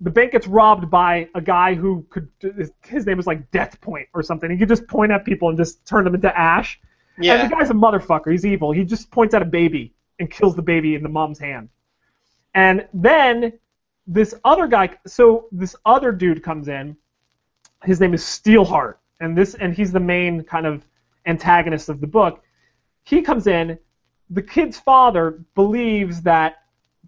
The bank gets robbed by a guy who could. His name is like Death Point or something. He could just point at people and just turn them into ash. Yeah. And the guy's a motherfucker. He's evil. He just points at a baby and kills the baby in the mom's hand. And then this other guy. So this other dude comes in. His name is Steelheart, and this and he's the main kind of antagonist of the book. He comes in. The kid's father believes that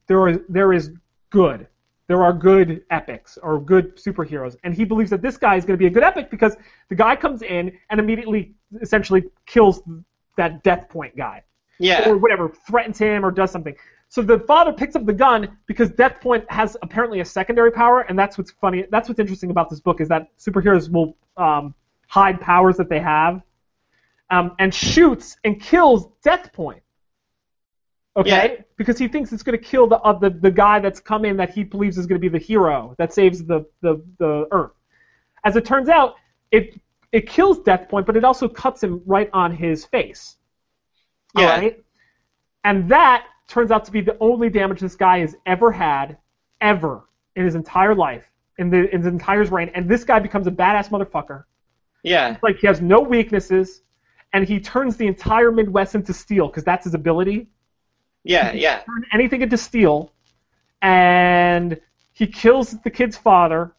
there is there is good. There are good epics or good superheroes, and he believes that this guy is going to be a good epic because the guy comes in and immediately, essentially, kills that Death Point guy Yeah. or whatever, threatens him or does something. So the father picks up the gun because Death Point has apparently a secondary power, and that's what's funny. That's what's interesting about this book is that superheroes will um, hide powers that they have, um, and shoots and kills Death Point. Okay, because he thinks it's going to kill the, uh, the the guy that's come in that he believes is going to be the hero that saves the the the Earth. As it turns out, it it kills Death Point, but it also cuts him right on his face. Yeah. All right? And that turns out to be the only damage this guy has ever had, ever, in his entire life, in, the, in his entire reign. And this guy becomes a badass motherfucker. Yeah. Like, he has no weaknesses, and he turns the entire Midwest into steel, because that's his ability. Yeah. Yeah. Turn anything into steel, and he kills the kid's father,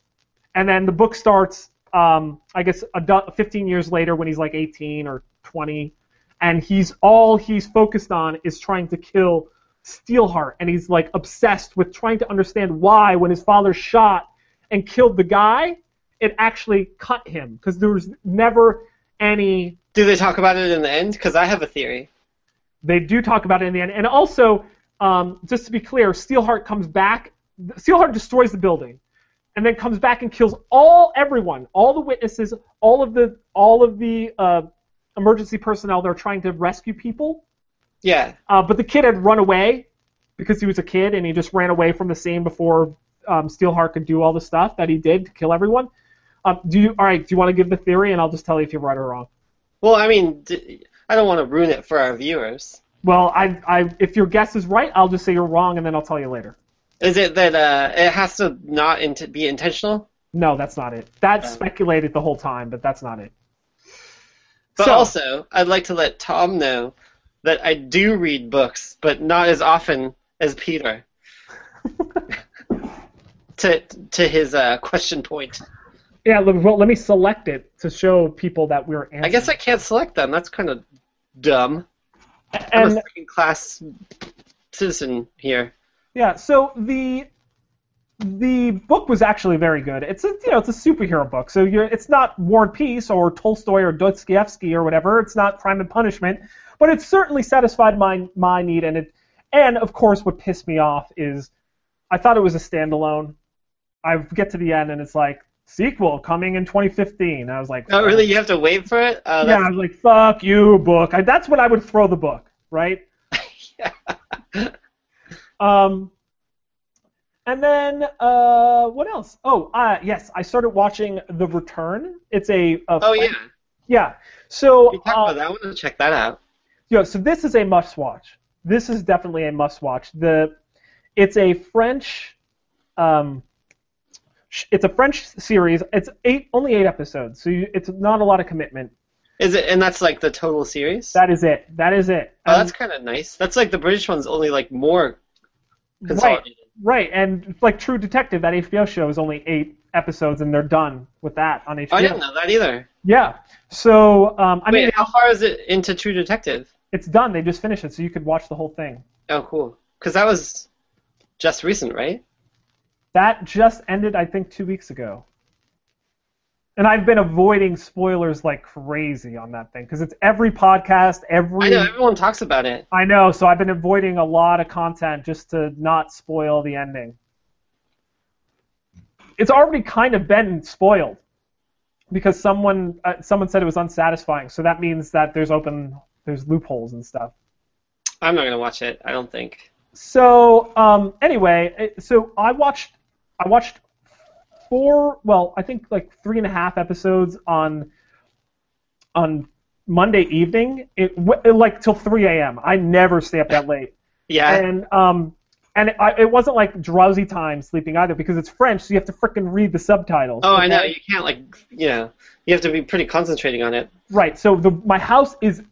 and then the book starts um, I guess, adu- 15 years later when he's like 18 or 20, and he's all he's focused on is trying to kill Steelheart, and he's like obsessed with trying to understand why when his father shot and killed the guy, it actually cut him because there was never any. Do they talk about it in the end? Because I have a theory. They do talk about it in the end, and also, um, just to be clear, Steelheart comes back. Steelheart destroys the building, and then comes back and kills all everyone, all the witnesses, all of the all of the uh, emergency personnel. They're trying to rescue people. Yeah. Uh, but the kid had run away because he was a kid and he just ran away from the scene before um, Steelheart could do all the stuff that he did to kill everyone. Um, do you all right? Do you want to give the theory and I'll just tell you if you're right or wrong? Well, I mean, d- I don't want to ruin it for our viewers. Well, I, I, if your guess is right, I'll just say you're wrong and then I'll tell you later. Is it that uh, it has to not int- be intentional? No, that's not it. That's speculated the whole time, but that's not it. But So- also, I'd like to let Tom know that I do read books, but not as often as Peter. to to his uh, question point, Yeah, let, well, let me select it to show people that we're answering. I guess I can't select them. That's kind of dumb. I'm and a second class citizen here. yeah, so the the book was actually very good. It's a you know it's a superhero book, so you're it's not War and Peace or Tolstoy or Dostoevsky or whatever. It's not Crime and Punishment, but it certainly satisfied my my need and it and of course what pissed me off is I thought it was a standalone. I get to the end and it's like sequel coming in 2015. I was like, Oh, really? You have to wait for it? Uh, yeah, I that's- was like, fuck you, book. I, that's when I would throw the book, right? Um, and then uh, what else? Oh, uh, yes, I started watching The Return. It's a, a Oh yeah. yeah. So You talk uh, about that. I want to check that out. yeah, so this is a must watch. This is definitely a must watch. The it's a French um, sh- it's a French series. It's eight only eight episodes, so you, it's not a lot of commitment. Is it? And that's like the total series. That um, is it. That is it. oh, And- that's kind of nice. That's like the British one's only like more consolidated. Right, and like True Detective, that HBO show is only eight episodes, and they're done with that on HBO. Oh, I didn't know that either. Yeah. So um, I Wait, mean, how far is it into True Detective? it's done. They just finished it, so you could watch the whole thing. Oh, cool. Because that was just recent, right? That just ended, I think, two weeks ago. And I've been avoiding spoilers like crazy on that thing because it's every podcast, every I know everyone talks about it. I know, so I've been avoiding a lot of content just to not spoil the ending. It's already kind of been spoiled because someone uh, someone said it was unsatisfying. So that means that there's open there's loopholes and stuff. I'm not gonna watch it. I don't think. So um, anyway, it- so I watched I watched four well I think like three and a half episodes on on Monday evening it, w- it like till 3 a.m. I never stay up that late Yeah. and um, and it, I, it wasn't like drowsy time sleeping either because it's French, so you have to frickin' read the subtitles. Oh, I know. okay? You can't like you know. You have to be pretty concentrating on it. Right. So the my house is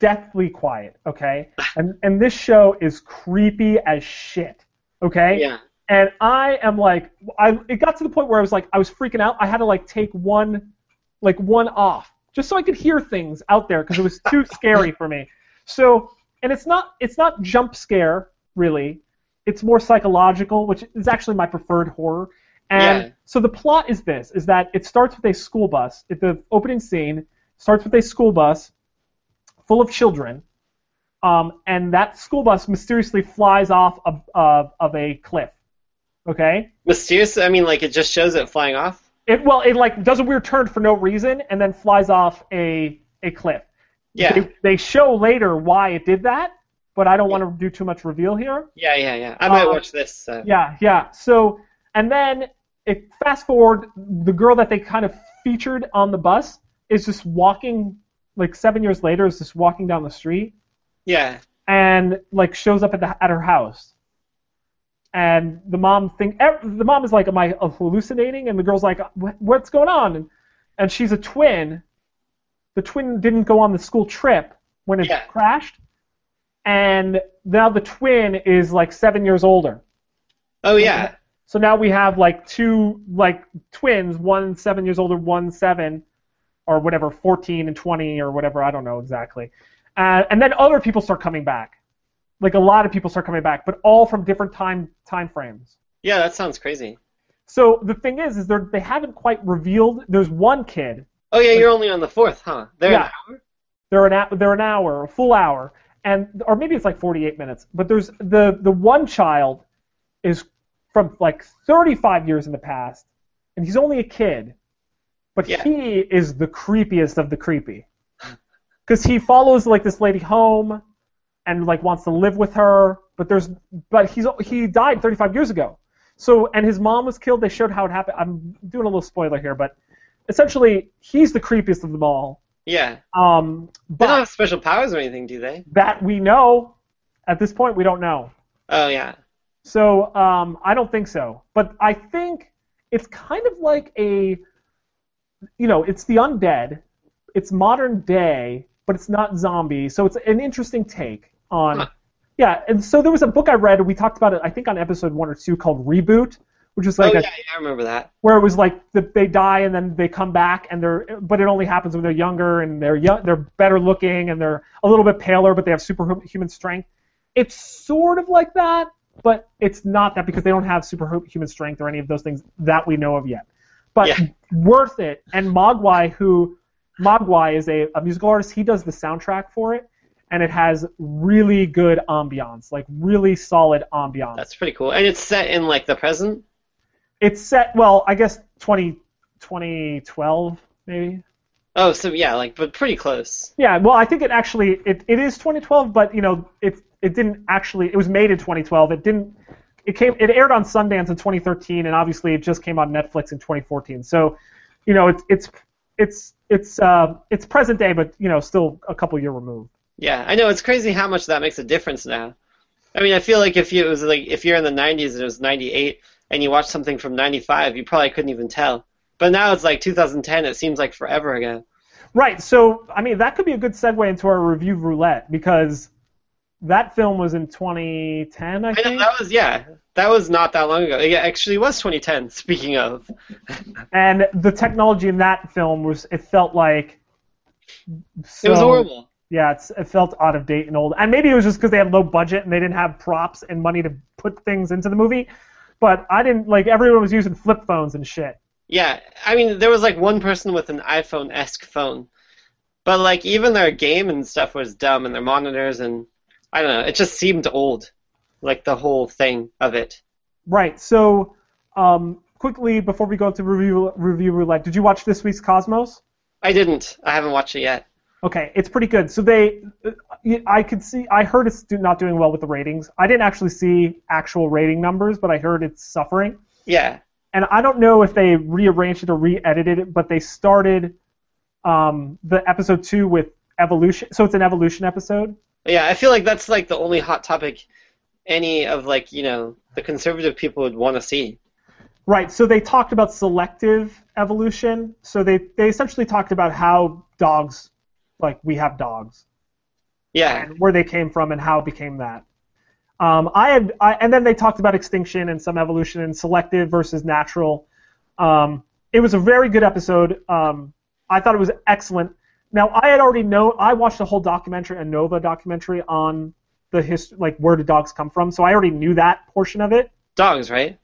deathly quiet. Okay. And and this show is creepy as shit. Okay. Yeah. And I am like, I it got to the point where I was like, I was freaking out. I had to like take one, like one off, just so I could hear things out there because it was too scary for me. So, and it's not it's not jump scare really. It's more psychological, which is actually my preferred horror. And Yeah. so the plot is this: is that it starts with a school bus. It, the opening scene starts with a school bus full of children, um, and that school bus mysteriously flies off of, of, of a cliff. Okay. Mysterious. I mean, like it just shows it flying off. It well, it like does a weird turn for no reason, and then flies off a a cliff. Yeah. They, they show later why it did that, but I don't want to do too much reveal here. Yeah, yeah, yeah. I might Um, watch this. So. Yeah, yeah. So, and then it fast forward, the girl that they kind of featured on the bus is just walking, like seven years later, is just walking down the street Yeah. and like shows up at the at her house. And the mom think ev- the mom is like, "Am I hallucinating?" And the girl's like, "Wh- "What's going on?" And, and she's a twin. The twin didn't go on the school trip when it Yeah. crashed, and now the twin is like seven years older. Oh yeah. So now we have like two like twins, one seven years older, one seven, or whatever, 14 and 20 or whatever. I don't know exactly. Uh, and then other people start coming back, like a lot of people start coming back, but all from different time time frames. Yeah, that sounds crazy. So the thing is, is they they haven't quite revealed. There's one kid. Oh yeah, you're only on the fourth, huh? There Yeah. They're an hou- they're an hour, a full hour, and or maybe it's like 48 minutes. But there's the the one child is from like 35 years in the past, and he's only a kid, but Yeah. he is the creepiest of the creepy, because he follows like this lady home, and like wants to live with her. But there's but he's he died 35 years ago. So and his mom was killed. They showed how it happened. I'm doing a little spoiler here, but essentially he's the creepiest of them all. Yeah. Um, They don't but have special powers or anything, do they? that we know, at this point, we don't know. Oh yeah. So um, I don't think so. But I think it's kind of like a, you know, it's the undead, it's modern day, but it's not zombie. So it's an interesting take on. Huh. Yeah, and so there was a book I read, and we talked about it, I think, on episode one or two, called Reboot, which is like oh a yeah, yeah, I remember that. where it was like the, they die and then they come back and they're but it only happens when they're younger and they're young, they're better looking and they're a little bit paler but they have superhuman strength. It's sort of like that, but it's not that because they don't have superhuman strength or any of those things that we know of yet. But Yeah. worth it. And Mogwai, who Mogwai is a, a musical artist, he does the soundtrack for it, and it has really good ambiance, like really solid ambiance That's pretty cool. And it's set in like the present. it's set well i guess 20, 2012 maybe Oh, so yeah, like but pretty close. yeah well i think it actually it, it is 2012 but you know it it didn't actually it was made in 2012 it didn't it came it aired on sundance in 2013 and obviously it just came on netflix in 2014 so you know it's it's it's it's uh it's present day but you know still a couple year removed Yeah, I know it's crazy how much that makes a difference now. I mean, I feel like if you it was like if you're in the 90s and it was 98 and you watched something from 95, you probably couldn't even tell. But now it's like 2010. It seems like forever ago. Right. So, I mean, that could be a good segue into our review roulette because that film was in 2010, I I think. know that was yeah, that was not that long ago. It actually was 2010. Speaking of, And the technology in that film was it felt like so, it was horrible. Yeah, it's, it felt out of date and old. And maybe it was just because they had low budget and they didn't have props and money to put things into the movie. But I didn't like everyone was using flip phones and shit. Yeah, I mean, there was like one person with an iPhone-esque phone, but like even their game and stuff was dumb, and their monitors and I don't know, it just seemed old, like the whole thing of it. Right. So, um, quickly before we go into review review roulette, did you watch this week's Cosmos? I didn't. I haven't watched it yet. Okay, it's pretty good. So they, uh, I could see, I heard it's do- not doing well with the ratings. I didn't actually see actual rating numbers, but I heard it's suffering. Yeah. And I don't know if they rearranged it or re-edited it, but they started um, the episode two with evolution. So it's an evolution episode. Yeah, I feel like that's like the only hot topic any of like, you know, the conservative people would want to see. Right. So they talked about selective evolution. So they they essentially talked about how dogs, like we have dogs, Yeah. and where they came from and how it became that. Um, I had, I, and then they talked about extinction and some evolution and selective versus natural. Um, it was a very good episode. Um, I thought it was excellent. Now I had already known. I watched a whole documentary, a Nova documentary on the history, like where do dogs come from. So I already knew that portion of it. Dogs, right?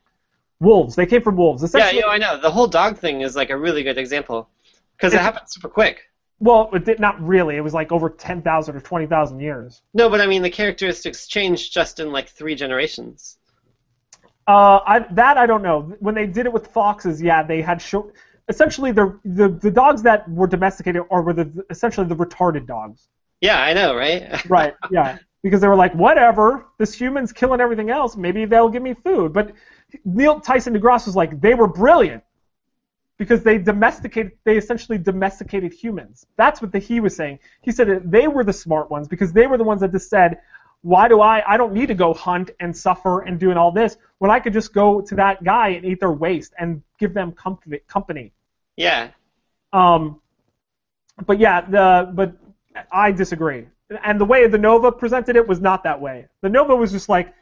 Wolves. They came from wolves. Yeah, Essentially, you know, I know. The whole dog thing is like a really good example because it It's- happened super quick. well, it did not really. It was like over ten thousand or twenty thousand years. No, but I mean, the characteristics changed just in like three generations. Uh, I, that I don't know. When they did it with foxes, yeah, they had short. Essentially, the the, the dogs that were domesticated or were the, essentially the retarded dogs. Yeah, I know, right? Right. Yeah. Because they were like, whatever, this human's killing everything else. Maybe they'll give me food. But Neil Tyson DeGrasse was like, they were brilliant because they domesticated, they essentially domesticated humans. That's what the, he was saying. He said that they were the smart ones because they were the ones that just said, why do I? I don't need to go hunt and suffer and doing all this when I could just go to that guy and eat their waste and give them comfy, company. yeah. Um, but yeah, the but I disagree. And the way the Nova presented it was not that way. The Nova was just like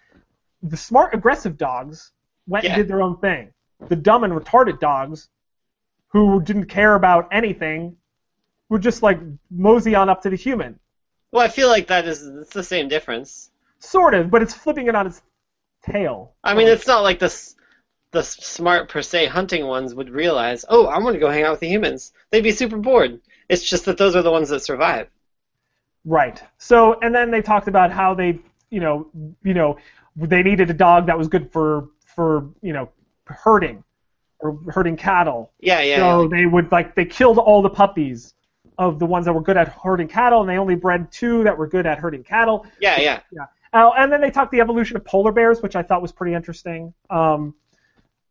the smart, aggressive dogs went Yeah. and did their own thing. The dumb and retarded dogs, who didn't care about anything, would just like mosey on up to the human. Well, I feel like that is it's the same difference. Sort of, but it's flipping it on its tail. I mean, it's not like the s- the s- smart per se hunting ones would realize, oh, I'm gonna go hang out with the humans. They'd be super bored. It's just that those are the ones that survive. Right. So, and then they talked about how they, you know, you know, they needed a dog that was good for for you know herding or herding cattle. Yeah, yeah. so yeah. they would like they killed all the puppies of the ones that were good at herding cattle, and they only bred two that were good at herding cattle. Yeah, yeah. Oh, and then they talked the evolution of polar bears, which I thought was pretty interesting. Um,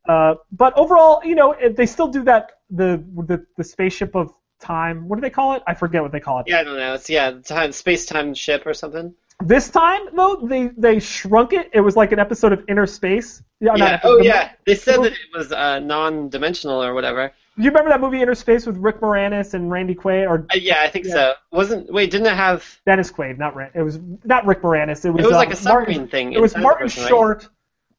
uh, but overall, you know, it- they still do that the, the the spaceship of time. What do they call it? I forget what they call it. Yeah, I don't know. It's yeah, time space time ship or something. This time though, they they shrunk it. It was like an episode of Inner Space. Yeah, not yeah. episode, Oh the- yeah. They said the- that it was uh, non-dimensional or whatever. Do you remember that movie Inner Space with Rick Moranis and Randy Quaid or Uh, yeah, I think Yeah. so. Wasn't wait? Didn't it have? Dennis Quaid? Not Ran- It was not Rick Moranis. It was, It was uh, like a submarine Martin, thing. It was inside the Martin person, right? Short.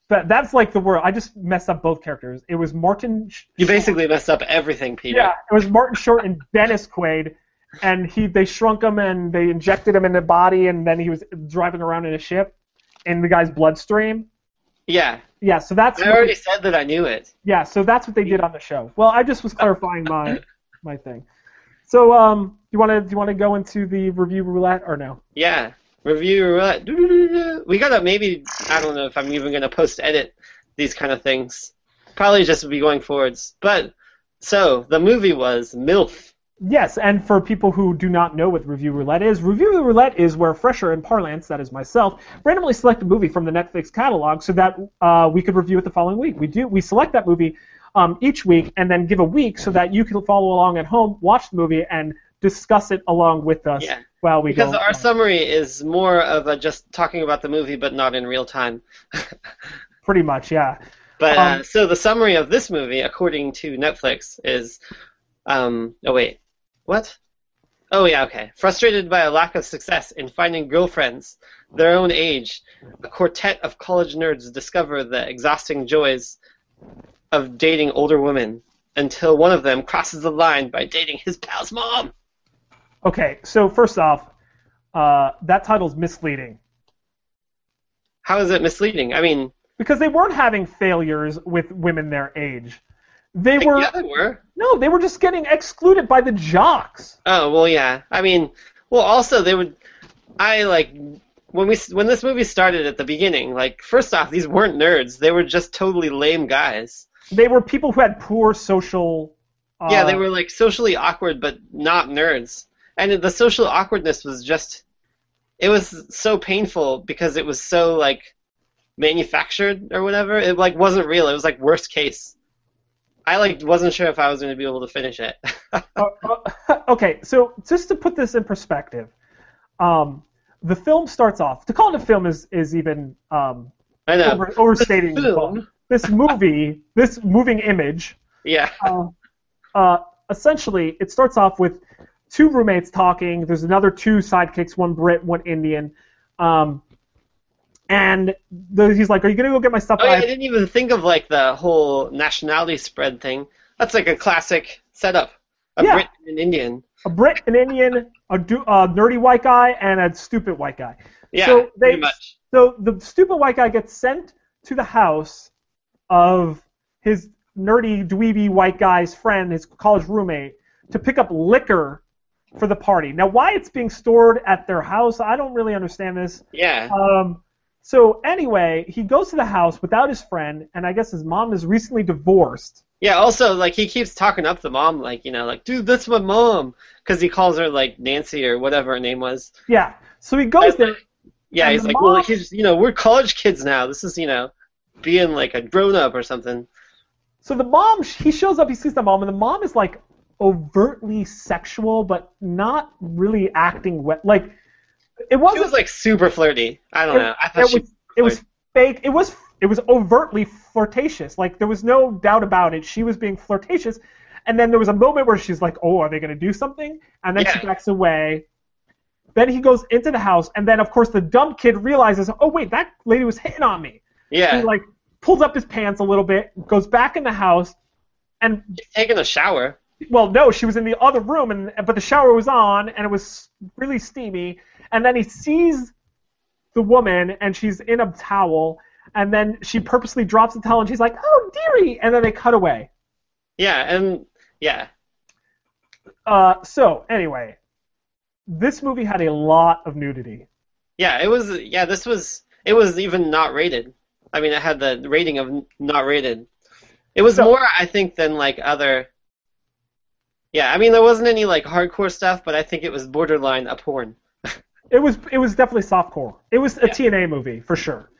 But that's like the word. I just messed up both characters. It was Martin. Sh- You basically messed up everything, Peter. Yeah, it was Martin Short and Dennis Quaid, and he they shrunk him and they injected him in the body, and then he was driving around in a ship in the guy's bloodstream. Yeah. Yeah, so that's I already said that I knew it. yeah, so that's what they did on the show. Well, I just was clarifying my my thing. So um, you want to do you want to go into the review roulette or no? Yeah. Review uh, roulette. Doo-doo-doo-doo. We gotta maybe. I don't know if I'm even gonna post edit these kind of things. Probably just be going forwards. But so the movie was MILF. Yes, and for people who do not know what Review Roulette is, Review Roulette is where Fresher and Parlance, that is myself, randomly select a movie from the Netflix catalog so that uh, we could review it the following week. We do we select that movie um, each week and then give a week so that you can follow along at home, watch the movie, and discuss it along with us Yeah. while we Because go. our summary is more of a just talking about the movie, but not in real time. pretty much, yeah. But uh, Um, so the summary of this movie, according to Netflix, is um, oh wait, what? Oh yeah, okay. Frustrated by a lack of success in finding girlfriends their own age, a quartet of college nerds discover the exhausting joys of dating older women until one of them crosses the line by dating his pal's mom. Okay, so first off, uh, that title's misleading How is it misleading? I mean, because they weren't having failures with women their age. They like, were yeah, they were. No, they were just getting excluded by the jocks. Oh well, yeah. I mean, well, also they would. I like when we when this movie started at the beginning. Like, first off, these weren't nerds. They were just totally lame guys. They were people who had poor social. Uh, yeah, they were like socially awkward, but not nerds. And the social awkwardness was just. It was so painful because it was so like manufactured or whatever. It like wasn't real. It was like worst case. I like wasn't sure if I was going to be able to finish it. uh, uh, okay, so just to put this in perspective, um, the film starts off. To call it a film is is even um, I know. over, overstating. the Film. film. This movie, this moving image, Yeah. uh, uh, essentially it starts off with two roommates talking. There's another two sidekicks, one Brit, one Indian. Um, and the, he's like, "Are you gonna go get my stuff?" Oh, that yeah, I I didn't even think of like the whole nationality spread thing. That's like a classic setup. A Yeah. Brit and an Indian. a Brit, an Indian, a, du- a nerdy white guy, and a stupid white guy. Yeah, So they- pretty much. So the stupid white guy gets sent to the house of his nerdy, dweeby white guy's friend, his college roommate, to pick up liquor for the party. Now, why it's being stored at their house, I don't really understand this. Yeah. Um, so anyway, he goes to the house without his friend, and I guess his mom is recently divorced. Yeah, also, like, he keeps talking up the mom, like, you know, like, dude, that's my mom. Because he calls her, like, Nancy or whatever her name was. Yeah. So he goes there. Yeah, Oh, And he's the like, well, mom- he's, you know, we're college kids now. This is, you know, being, like, a grown up or something. So the mom, he shows up, he sees the mom, and the mom is like overtly sexual, but not really acting wet. Like it She wasn't. was, like, super flirty. I don't It- know. I thought it she. was. It was fake. It was. It was overtly flirtatious. Like there was no doubt about it. She was being flirtatious, and then there was a moment where she's like, "Oh, are they gonna do something?" And then she Yeah. backs away. Then he goes into the house, and then of course the dumb kid realizes, "Oh wait, that lady was hitting on me." yeah. He like pulls up his pants a little bit, goes back in the house, and She's taking a shower. well, no, she was in the other room, and but the shower was on, and it was really steamy. And then he sees the woman, and she's in a towel, and then she purposely drops the towel, and she's like, "Oh, dearie," and then they cut away. Yeah, and yeah, Uh, so anyway, this movie had a lot of nudity. yeah. It was yeah. This was it was even not rated. I mean, it had the rating of n- not rated. It was So- more, I think, than like other. Yeah, I mean, there wasn't any like hardcore stuff, but I think it was borderline a porn. It was it was definitely softcore. It was a Yeah. TNA movie for sure.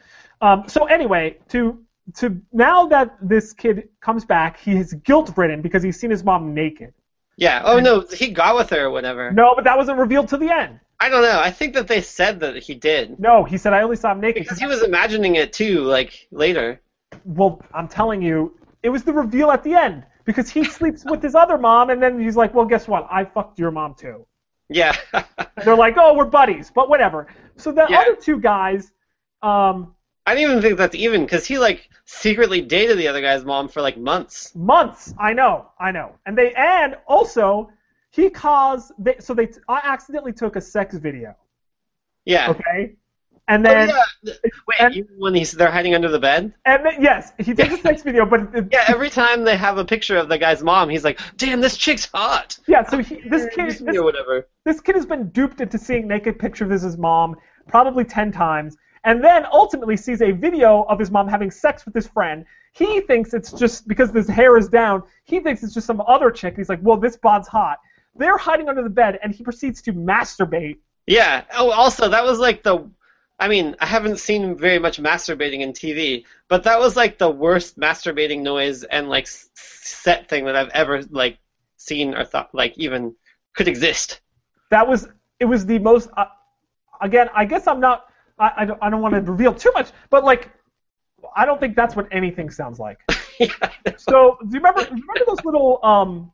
Um, so anyway, to to now that this kid comes back, he is guilt ridden because he's seen his mom naked. Yeah. Oh no, he got with her or whatever. Mm. No, but that wasn't revealed to the end. I don't know. I think that they said that he did No, he said I only saw him naked. because he was imagining it too, like later. well, I'm telling you, it was the reveal at the end because he sleeps with his other mom, and then he's like, well, guess what? I fucked your mom too. Yeah. And they're like, oh, we're buddies, but whatever. So the Yeah. other two guys, um, I don't even think that's even because he like secretly dated the other guy's mom for like months. months. I know, I know. And they and also he caused they, so they I accidentally took a sex video, Yeah. okay? And Oh, then yeah. th- Wait, and- you, when he's they're hiding under the bed. and then yes, he takes a sex video, but it- Yeah. Every time they have a picture of the guy's mom, he's like, "Damn, this chick's hot." yeah, so he, this kid this, or whatever. this kid has been duped into seeing naked pictures of his mom probably 10 times and then ultimately sees a video of his mom having sex with his friend he thinks it's just because his hair is down he thinks it's just some other chick he's like well this bod's hot they're hiding under the bed and he proceeds to masturbate Yeah. Oh, also that was like the. I mean, I haven't seen very much masturbating in TV, but that was like the worst masturbating noise and like s- set thing that I've ever like seen or thought like even could exist. that was it was the most uh, again i guess i'm not i, I don't, I don't want to reveal too much but like i don't think that's what anything sounds like yeah. So do you remember do you remember those little um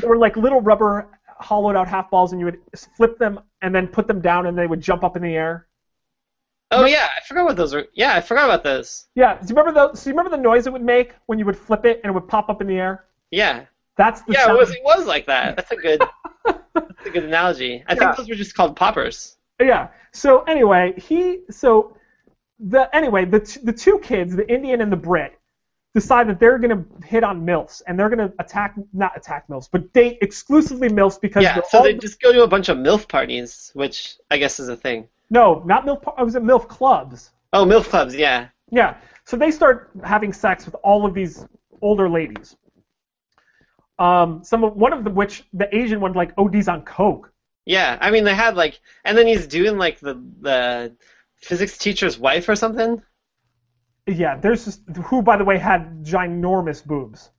they were like little rubber hollowed out half balls and you would s- flip them and then put them down and they would jump up in the air? Oh yeah, I forgot what those were. Yeah, I forgot about those. Yeah. Do you remember those so you remember the noise it would make when you would flip it and it would pop up in the air? Yeah. That's the Yeah, it sound. was it was like that. That's a good that's a good analogy. I Yeah. think those were just called poppers. Yeah. So anyway, he so the anyway the t- the two kids, the Indian and the Brit, decide that they're gonna hit on milfs and they're gonna attack not attack milfs but date exclusively milfs because Yeah, they're so all they just go to a bunch of MILF parties, which I guess is a thing. no not milf par- I was at milf clubs. Oh, MILF clubs, yeah. Yeah. So they start having sex with all of these older ladies. Um, some of, one of them, which the Asian one, like ODs on coke. Yeah, I mean they had like and then he's doing like the the physics teacher's wife or something. Yeah, there's just who, by the way, had ginormous boobs.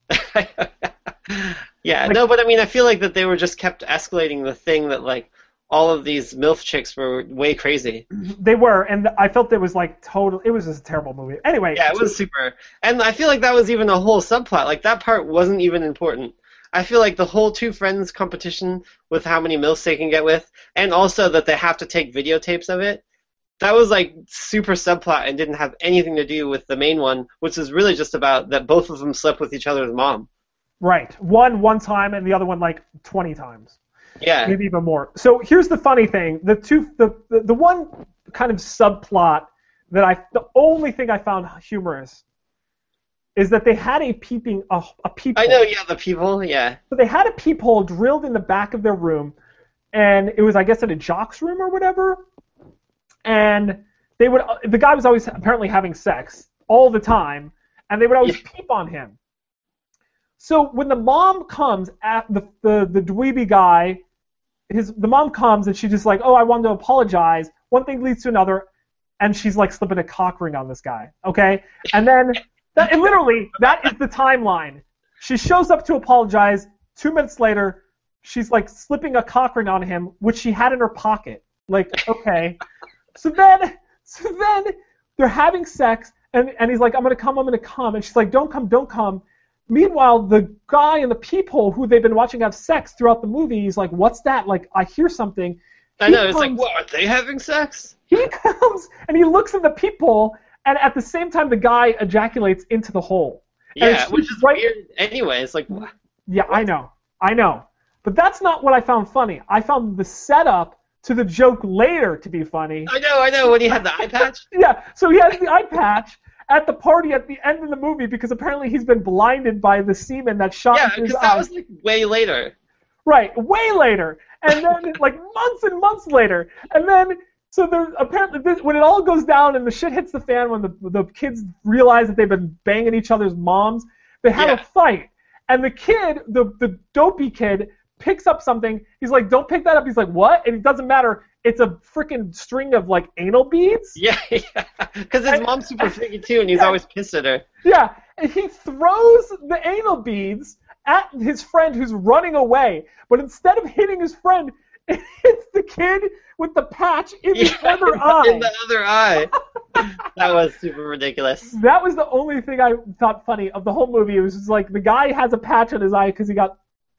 yeah, Like- no, but I mean I feel like that they were just kept escalating the thing that like all of these MILF chicks were way crazy. They were, and I felt it was like total. It was just a terrible movie. Anyway, Yeah, it was super. And I feel like that was even a whole subplot. Like that part wasn't even important. I feel like the whole two friends competition with how many milfs they can get with, and also that they have to take videotapes of it. That was like super subplot and didn't have anything to do with the main one, which is really just about that both of them slept with each other's mom. right. One one time, and the other one like 20 times. Yeah, maybe even more. So here's the funny thing: the two, the the, the one kind of subplot that I, the only thing I found humorous is that they had a peeping a, a peephole. I know. Yeah, the people. Yeah, So they had a peephole drilled in the back of their room, and it was I guess in a jock's room or whatever, and they would uh, the guy was always apparently having sex all the time, and they would always peep on him. So when the mom comes at the the the dweeby guy, his the mom comes and she's just like, oh, I wanted to apologize. One thing leads to another, and she's like slipping a cock ring on this guy. Okay, and then that and literally that is the timeline. She shows up to apologize. Two minutes later, she's like slipping a cock ring on him, which she had in her pocket. Like, okay. so then, so then they're having sex, and, and he's like, I'm gonna come, I'm gonna come, and she's like, don't come, don't come. Meanwhile, the guy in the peephole who they've been watching have sex throughout the movie, he's like, what's that? Like, I hear something. I He know. It's like, comes- what are they having sex? He comes and he looks in the peephole, and at the same time, the guy ejaculates into the hole. And Yeah, it's which is right- weird. Anyway, it's like wha- Yeah, I know. I know. But that's not what I found funny. I found the setup to the joke later to be funny. I know, I know. When he had the eye patch, Yeah, so he has the eye patch at the party at the end of the movie because apparently he's been blinded by the semen that shot yeah, into because his that eye. was like way later. Right, way later, and then like months and months later, and then so there apparently this, when it all goes down and the shit hits the fan when the the kids realize that they've been banging each other's moms, they have Yeah. a fight, and the kid, the the dopey kid, picks up something. He's like, "Don't pick that up." He's like, "What?" And it doesn't matter. It's a freaking string of like anal beads. Yeah, because I- his mom's super freaky too, and he's Yeah. always pissed at her. Yeah, and he throws the anal beads at his friend who's running away, but instead of hitting his friend, it hits the kid with the patch in the Yeah, other eye. In the other eye. that was super ridiculous. That was the only thing I thought funny of the whole movie. It was just like the guy has a patch on his eye because he got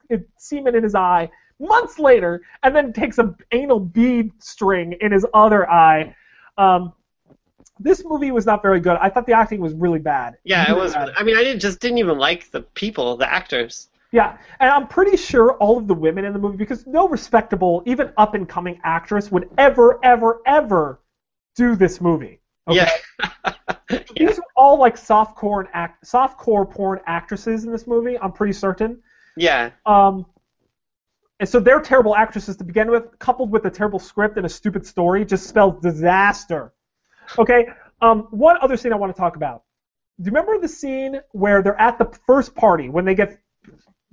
it, semen in his eye months later, and then takes an anal bead string in his other eye. Um, this movie was not very good. I thought the acting was really bad. Yeah, it Really was. bad. I mean, I didn't, just didn't even like the people, the actors. Yeah, and I'm pretty sure all of the women in the movie, because no respectable, even up and coming actress would ever, ever, ever do this movie. Okay? Yeah. yeah. These are all like softcore and act, softcore porn actresses in this movie. I'm pretty certain. Yeah. Um, and so they're terrible actresses to begin with, coupled with a terrible script and a stupid story, just spells disaster. Okay. Um, one other scene I want to talk about. Do you remember the scene where they're at the first party when they get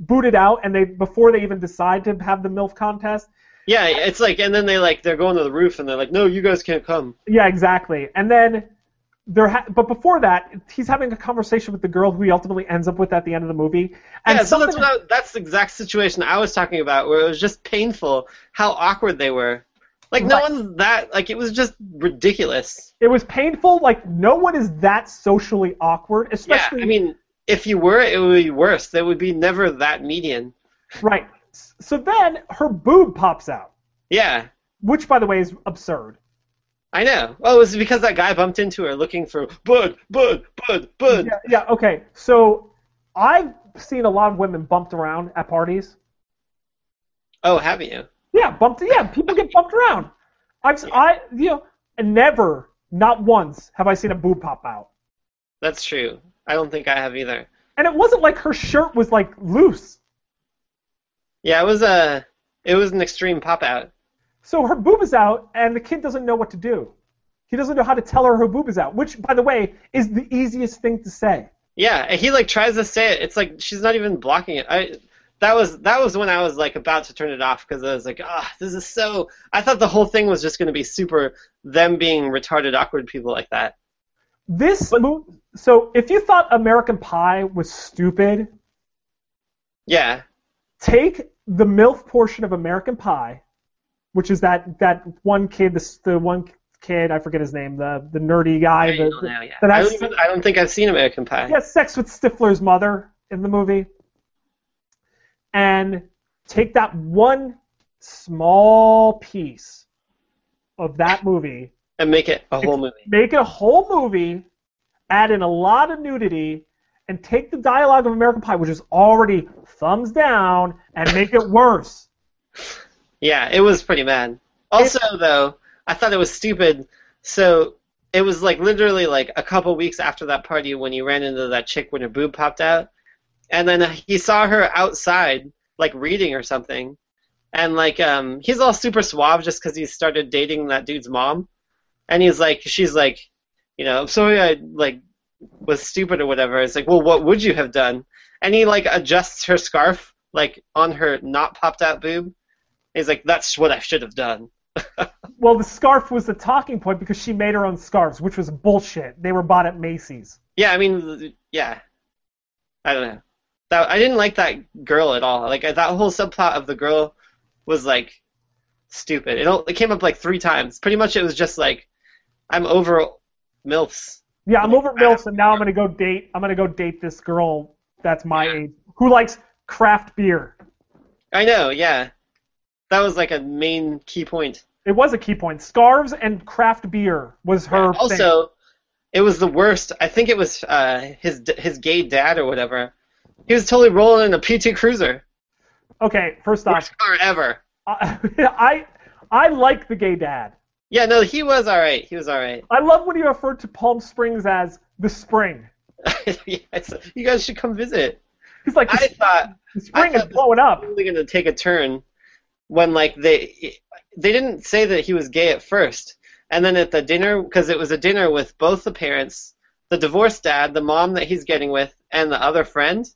booted out and they before they even decide to have the milf contest? Yeah, it's like, and then they like, they're going to the roof and they're like, no, you guys can't come. Yeah, exactly. And then they're ha- but before that, he's having a conversation with the girl who he ultimately ends up with at the end of the movie. And yeah, so that's, something- what I, that's the exact situation I was talking about where it was just painful how awkward they were. Like, no Right. one's that, like, it was just ridiculous. it was painful. Like no one is that socially awkward, Yeah, especially I mean, if you were, it would be worse. There would be never that median. Right. S- So then her boob pops out, Yeah. which, by the way, is absurd. I know. Well, it was because that guy bumped into her looking for bud, bud, bud, bud. Yeah, yeah, okay. So I've seen a lot of women bumped around at parties. Oh, have you? Yeah, bumped. Yeah, people get bumped around. I've, s- I, you know, and never, not once, have I seen a boob pop out. That's true. I don't think I have either. And it wasn't like her shirt was like loose. Yeah, it was a, it was an extreme pop out. So her boob is out, and the kid doesn't know what to do. He doesn't know how to tell her her boob is out, which, by the way, is the easiest thing to say. Yeah, and he like tries to say it. It's like she's not even blocking it. I, that was that was when I was like about to turn it off because I was like, ah, this is so. I thought the whole thing was just gonna be super them being retarded, awkward people like that. This mo- so if you thought American Pie was stupid, Yeah, take the MILF portion of American Pie, which is that that one kid, the, the one kid I forget his name, the the nerdy guy, I the, don't know. Yeah, the I nice- don't, even, I don't think I've seen American Pie. he has sex with Stifler's mother in the movie, and take that one small piece of that movie And make it a whole movie. make it a whole movie, add in a lot of nudity, and take the dialogue of American Pie, which is already thumbs down, and make it worse. Yeah, it was pretty mad. Also, though, I thought it was stupid. So it was like literally like a couple weeks after that party when he ran into that chick when her boob popped out, and then he saw her outside like reading or something, and like um he's all super suave just because he started dating that dude's mom, and he's like she's like, you know, I'm sorry I like was stupid or whatever. It's like, well, what would you have done? And he like adjusts her scarf like on her not popped out boob. He's like, that's what I should have done. Well, the scarf was the talking point because she made her own scarves, which was bullshit. They were bought at Macy's. Yeah, I mean, yeah. I don't know. That I didn't like that girl at all. Like that whole subplot of the girl was like stupid. It, all, it came up like three times. Pretty much, it was just like, I'm over milfs. Yeah, I'm over at MILFs, and now I'm gonna go date. I'm gonna go date this girl that's my age who likes craft beer. I know. Yeah, that was like a main key point. It was a key point. Scarves and craft beer was her. also, It was the worst. I think it was uh, his his gay dad or whatever. He was totally rolling in a PT Cruiser. Okay, first off, Worst car ever. I, I I like the gay dad. Yeah, no, he was all right. He was all right. I love when you refer to Palm Springs as the spring. Yes, you guys should come visit. He's like, I the, thought the spring I is thought this- blowing up. really going to take a turn when like they they didn't say that he was gay at first, and then at the dinner because it was a dinner with both the parents, the divorced dad, the mom that he's getting with, and the other friend,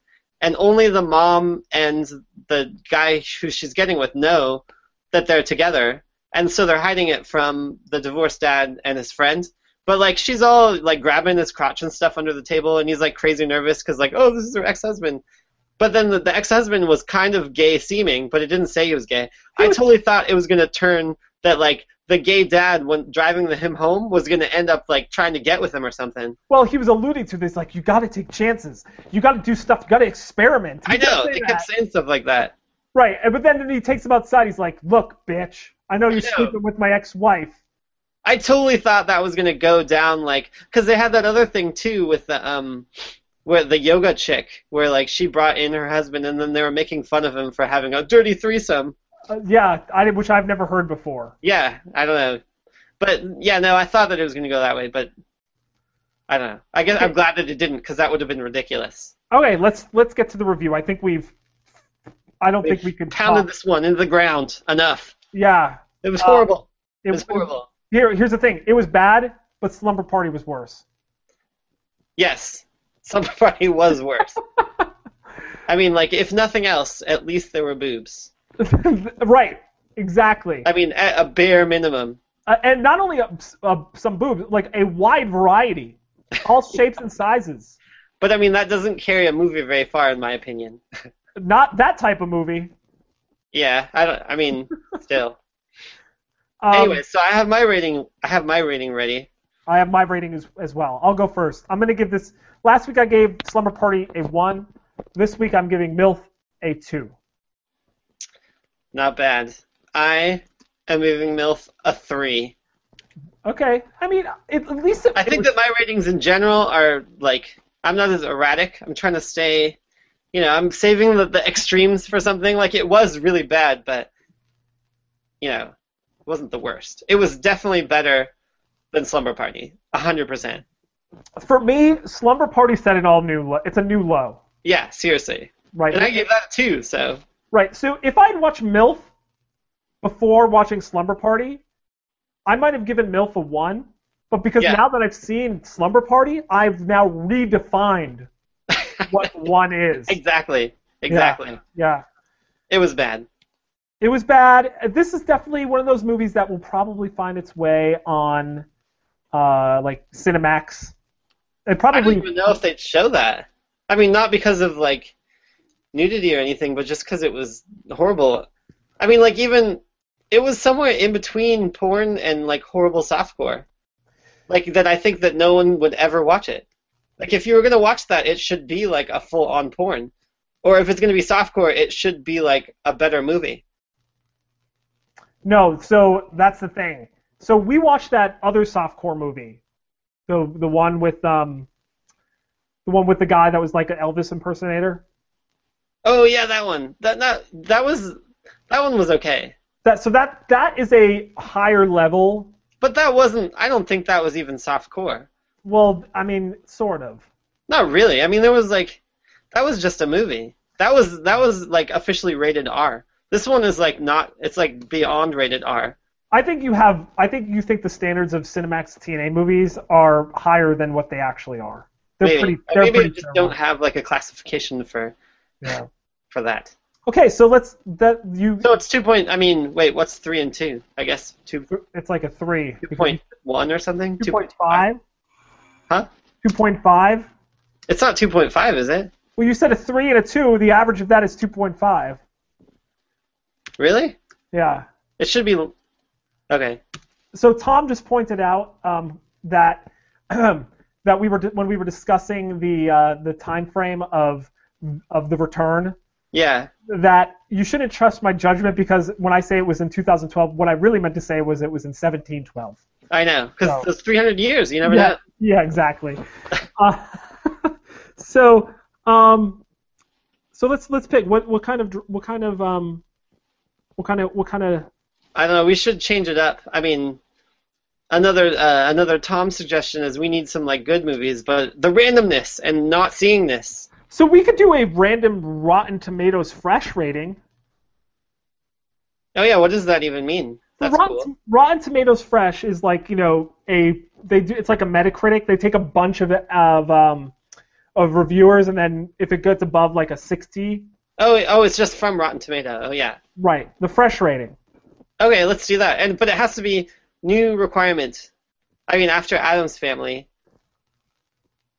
and only the mom and the guy who she's getting with know that they're together, and so they're hiding it from the divorced dad and his friend. But like she's all like grabbing his crotch and stuff under the table, and he's like crazy nervous because like oh this is her ex-husband. But then the, the ex-husband was kind of gay seeming, but it didn't say he was gay. He I was- totally thought it was gonna turn that like the gay dad when driving the, him home was gonna end up like trying to get with him or something. Well, he was alluding to this, like you got to take chances, you got to do stuff, you got to experiment. He I did know say they that. kept saying stuff like that. Right, and- but then he takes him outside. He's like, "Look, bitch, I know you're know. sleeping with my ex-wife." I totally thought that was gonna go down like because they had that other thing too with the um where the yoga chick where like she brought in her husband and then they were making fun of him for having a dirty threesome. Uh, yeah, I which I've never heard before. Yeah, I don't know, but yeah, no, I thought that it was gonna go that way, but I don't know. I guess I'm glad that it didn't because that would have been ridiculous. Okay, let's let's get to the review. I think we've. I don't think we could. pounded talk- this one into the ground enough. Yeah, It was Uh, horrible. Oh, it it was horrible. Here, here's the thing. It was bad, but Slumber Party was worse. Yes, somebody was worse. I mean, like if nothing else, at least there were boobs. right, exactly. I mean, at a bare minimum. Uh, and not only a, a, some boobs, like a wide variety, all shapes and sizes. But I mean, that doesn't carry a movie very far, in my opinion. Not that type of movie. yeah, I don't. I mean, still. Um, anyway, so I have my rating. I have my rating ready. I have my rating as, as well. I'll go first. I'm going to give this. Last week I gave Slumber Party a 1. This week I'm giving MILF a 2. Not bad. I am giving MILF a three. Okay. I mean, it, at least. It, I think that my ratings in general are like I'm not as erratic. I'm trying to stay, you know, I'm saving the, the extremes for something. Like it was really bad, but you know, it wasn't the worst. It was definitely better than Slumber Party, hundred percent. For me, Slumber Party set an all new low. It's a new low. Yeah, seriously. Right. And I gave that a two, so Right. So if I'd watched MILF before watching Slumber Party, I might have given MILF a one. But because Yeah. now that I've seen Slumber Party, I've now redefined what one is. exactly, exactly. Yeah. It was bad. It was bad. This is definitely one of those movies that will probably find its way on uh, like Cinemax. It I don't probably even know if they'd show that. I mean, not because of like nudity or anything, but just because it was horrible. I mean, like even it was somewhere in between porn and like horrible softcore. Like that, I think that no one would ever watch it. Like if you were gonna watch that, it should be like a full on porn, or if it's gonna be softcore, it should be like a better movie. No, so that's the thing. So we watched that other softcore movie, the the one with um, the one with the guy that was like an Elvis impersonator. Oh yeah, that one. That that that was that one was okay, That so that that is a higher level. but that wasn't. I don't think that was even softcore. Well, I mean, sort of. Not really. I mean, there was like, that was just a movie. That was that was like officially rated R. This one is like not. It's like beyond rated R. I think you have. I think you think the standards of Cinemax TNA movies are higher than what they actually are. They're maybe pretty. Or They're maybe I pretty just terrible. don't have like a classification for Yeah. for that. Okay, so let's that you. So it's two point. I mean, wait, what's three and two? I guess two It's like a three. two point one or something. Two point five. Huh? Two point five. It's not two point five, is it? Well, you said a three and a two. The average of that is two point five. Really? Yeah. It should be. Okay. So Tom just pointed out um, that that we were when we were discussing the uh, the time frame of of the return Yeah. that you shouldn't trust my judgment because when I say it was in 2012, what I really meant to say was it was in 1712. I know, because No. those 300 years, you never Yeah. know. Yeah, exactly. Uh, so, um, so let's let's pick what what kind of dr- what kind of um, what kind of what kind of I don't know. We should change it up. I mean, another uh, another Tom suggestion is we need some like good movies, but the randomness and not seeing this. So we could do a random Rotten Tomatoes fresh rating. Oh yeah, what does that even mean? That's Rotten, cool. Rotten Tomatoes fresh is like you know a they do it's like a Metacritic. They take a bunch of of um, of reviewers and then if it gets above like a sixty, Oh oh, it's just from Rotten Tomato. Oh yeah. right, the fresh rating. Okay, let's do that. And but it has to be new requirement. I mean, after Adam's family.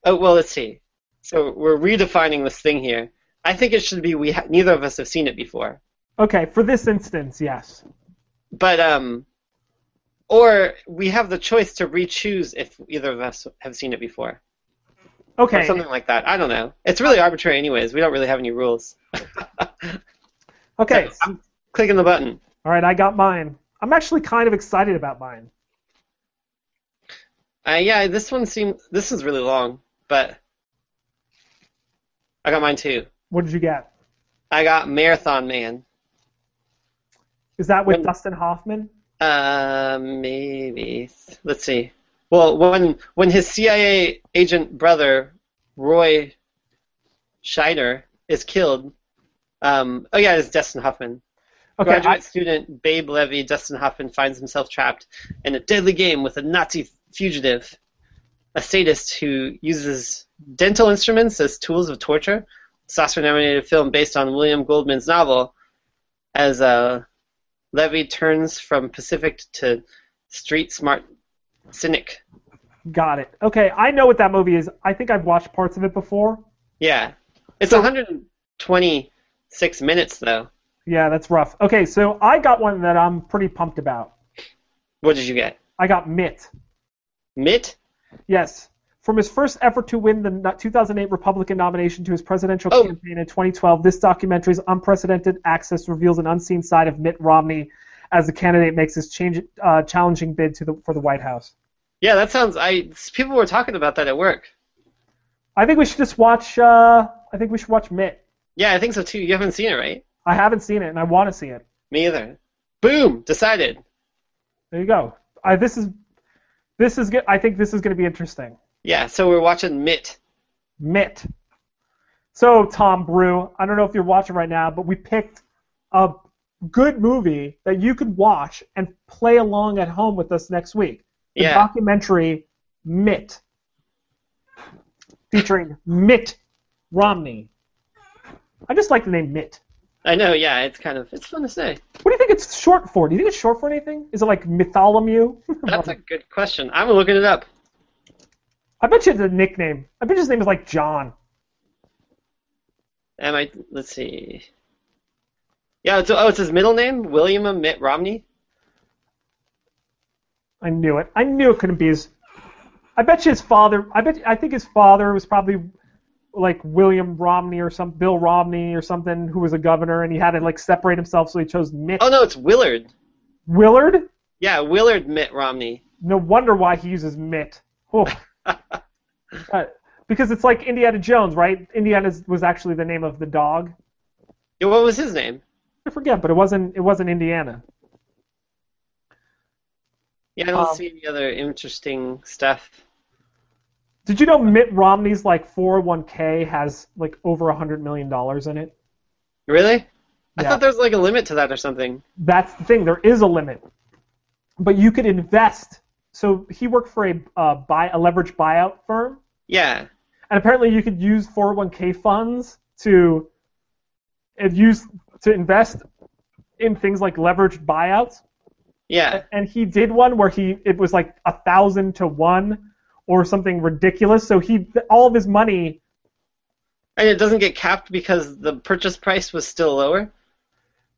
Oh well, let's see. So we're redefining this thing here. I think it should be we ha- neither of us have seen it before, Okay, for this instance, yes. but um, or we have the choice to re-choose if either of us have seen it before, or Okay, something like that. I don't know. It's really arbitrary, anyways. We don't really have any rules. okay. I'm clicking the button. All right, I got mine. I'm actually kind of excited about mine. Uh, yeah, this one seemed. This is really long, but I got mine too. What did you get? I got Marathon Man. Is that with When- Dustin Hoffman? Uh, maybe. Let's see. Well, when when his CIA agent brother Roy Scheider is killed, um, oh yeah, it's Dustin Hoffman. Okay, Graduate I, student Babe Levy, Dustin Hoffman finds himself trapped in a deadly game with a Nazi fugitive, a sadist who uses dental instruments as tools of torture. It's an Oscar-nominated film based on William Goldman's novel. As uh, Levy turns from Pacific to street smart cynic. got it. Okay, I know what that movie is. I think I've watched parts of it before. Yeah, it's So- 126 minutes though. Yeah, that's rough. Okay, so I got one that I'm pretty pumped about. What did you get? I got Mitt. Mitt? Yes. From his first effort to win the no- 2008 Republican nomination to his presidential Oh. campaign in 2012, this documentary's unprecedented access reveals an unseen side of Mitt Romney as the candidate makes his change, uh, challenging bid to the, for the White House. Yeah, that sounds. I people were talking about that at work. I think we should just watch. Uh, I think we should watch Mitt. Yeah, I think so too. You haven't seen it, right? I haven't seen it, and I want to see it. Me either. Boom! Decided. There you go. I, this is this is good. I think this is going to be interesting. Yeah, so we're watching Mitt. Mitt. So Tom Brew, I don't know if you're watching right now, but we picked a good movie that you could watch and play along at home with us next week. The Yeah, documentary Mitt, featuring Mitt Romney. I just like the name Mitt. I know. Yeah, it's kind of it's fun to say. What do you think it's short for? Do you think it's short for anything? Is it like Mytholomew? That's a good question. I'm looking it up. I bet you it's a nickname. I bet his name is like John. Am I? Let's see. Yeah. It's, oh, it's his middle name, William and Mitt Romney. I knew it. I knew it couldn't be his. I bet you his father. I bet. I think his father was probably like William Romney or some Bill Romney or something who was a governor, and he had to like separate himself, so he chose Mitt Oh no, it's Willard. Willard. Yeah, Willard Mitt Romney. No wonder why he uses Mitt. Oh. Uh, because it's like Indiana Jones, right? Indiana was actually the name of the dog. Yeah, What was his name? I forget, but it wasn't. It wasn't Indiana. Yeah, I don't Um, see any other interesting stuff. Did you know Mitt Romney's like 401k has like over a hundred million dollars in it? Really? I Yeah. thought there was like a limit to that or something. That's the thing. There is a limit, but you could invest. So he worked for a uh, buy a leveraged buyout firm, Yeah. and apparently you could use 401k funds to and use to invest in things like leveraged buyouts. Yeah. And he did one where he it was like a thousand to one or something ridiculous. So he all of his money And it doesn't get capped because the purchase price was still lower.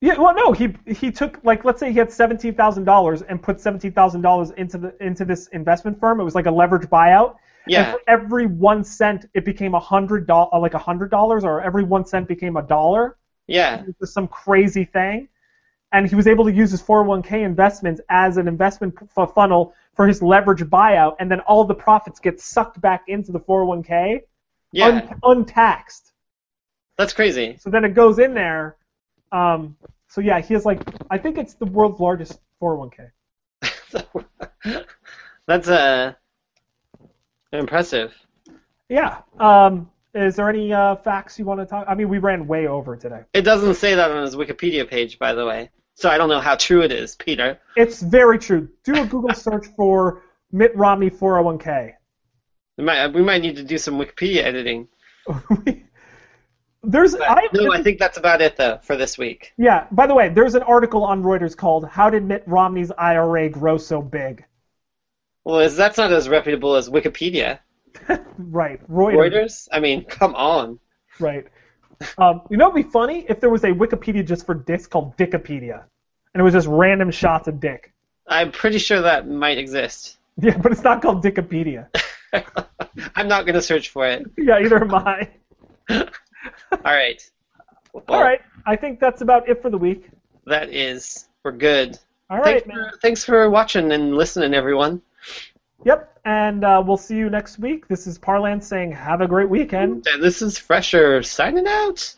Yeah, well, no, he he took like let's say he had seventeen thousand dollars and put seventeen thousand dollars into the into this investment firm. It was like a leverage buyout. Yeah. And for every one cent, it became a hundred dollar, like a hundred dollars, or every one cent became a dollar. Yeah. It was just some oh crazy thing, and he was able to use his four hundred one k investments as an investment f- funnel for his leverage buyout, and then all the profits get sucked back into the 401k Yeah, un- untaxed. that's crazy. So then it goes in there. Um, so yeah, he has like I think it's the world's largest 401k. that's uh, impressive. Yeah. Um, is there any uh, facts you want to talk? I mean, we ran way over today. It doesn't say that on his Wikipedia page, by the way. So I don't know how true it is, Peter. It's very true. Do a Google search for Mitt Romney 401k. We might, we might need to do some Wikipedia editing. There's But I, no, I think that's about it though for this week. yeah. By the way, there's an article on Reuters called "How Did Mitt Romney's IRA Grow So Big?" Well, is that's not as reputable as Wikipedia. Right, Reuters. Reuters? I mean, come on. Right. Um, you know, it'd be funny if there was a Wikipedia just for dicks called Dickipedia, and it was just random shots of dick. I'm pretty sure that might exist. Yeah, but it's not called Dickipedia. I'm not going to search for it. yeah, either am I. All right. All right, I think that's about it for the week. That is, we're good. All right, thanks, man. for, thanks for watching and listening, everyone. Yep, and uh, we'll see you next week. This is Parlan saying, "Have a great weekend." And this is Fresher signing out.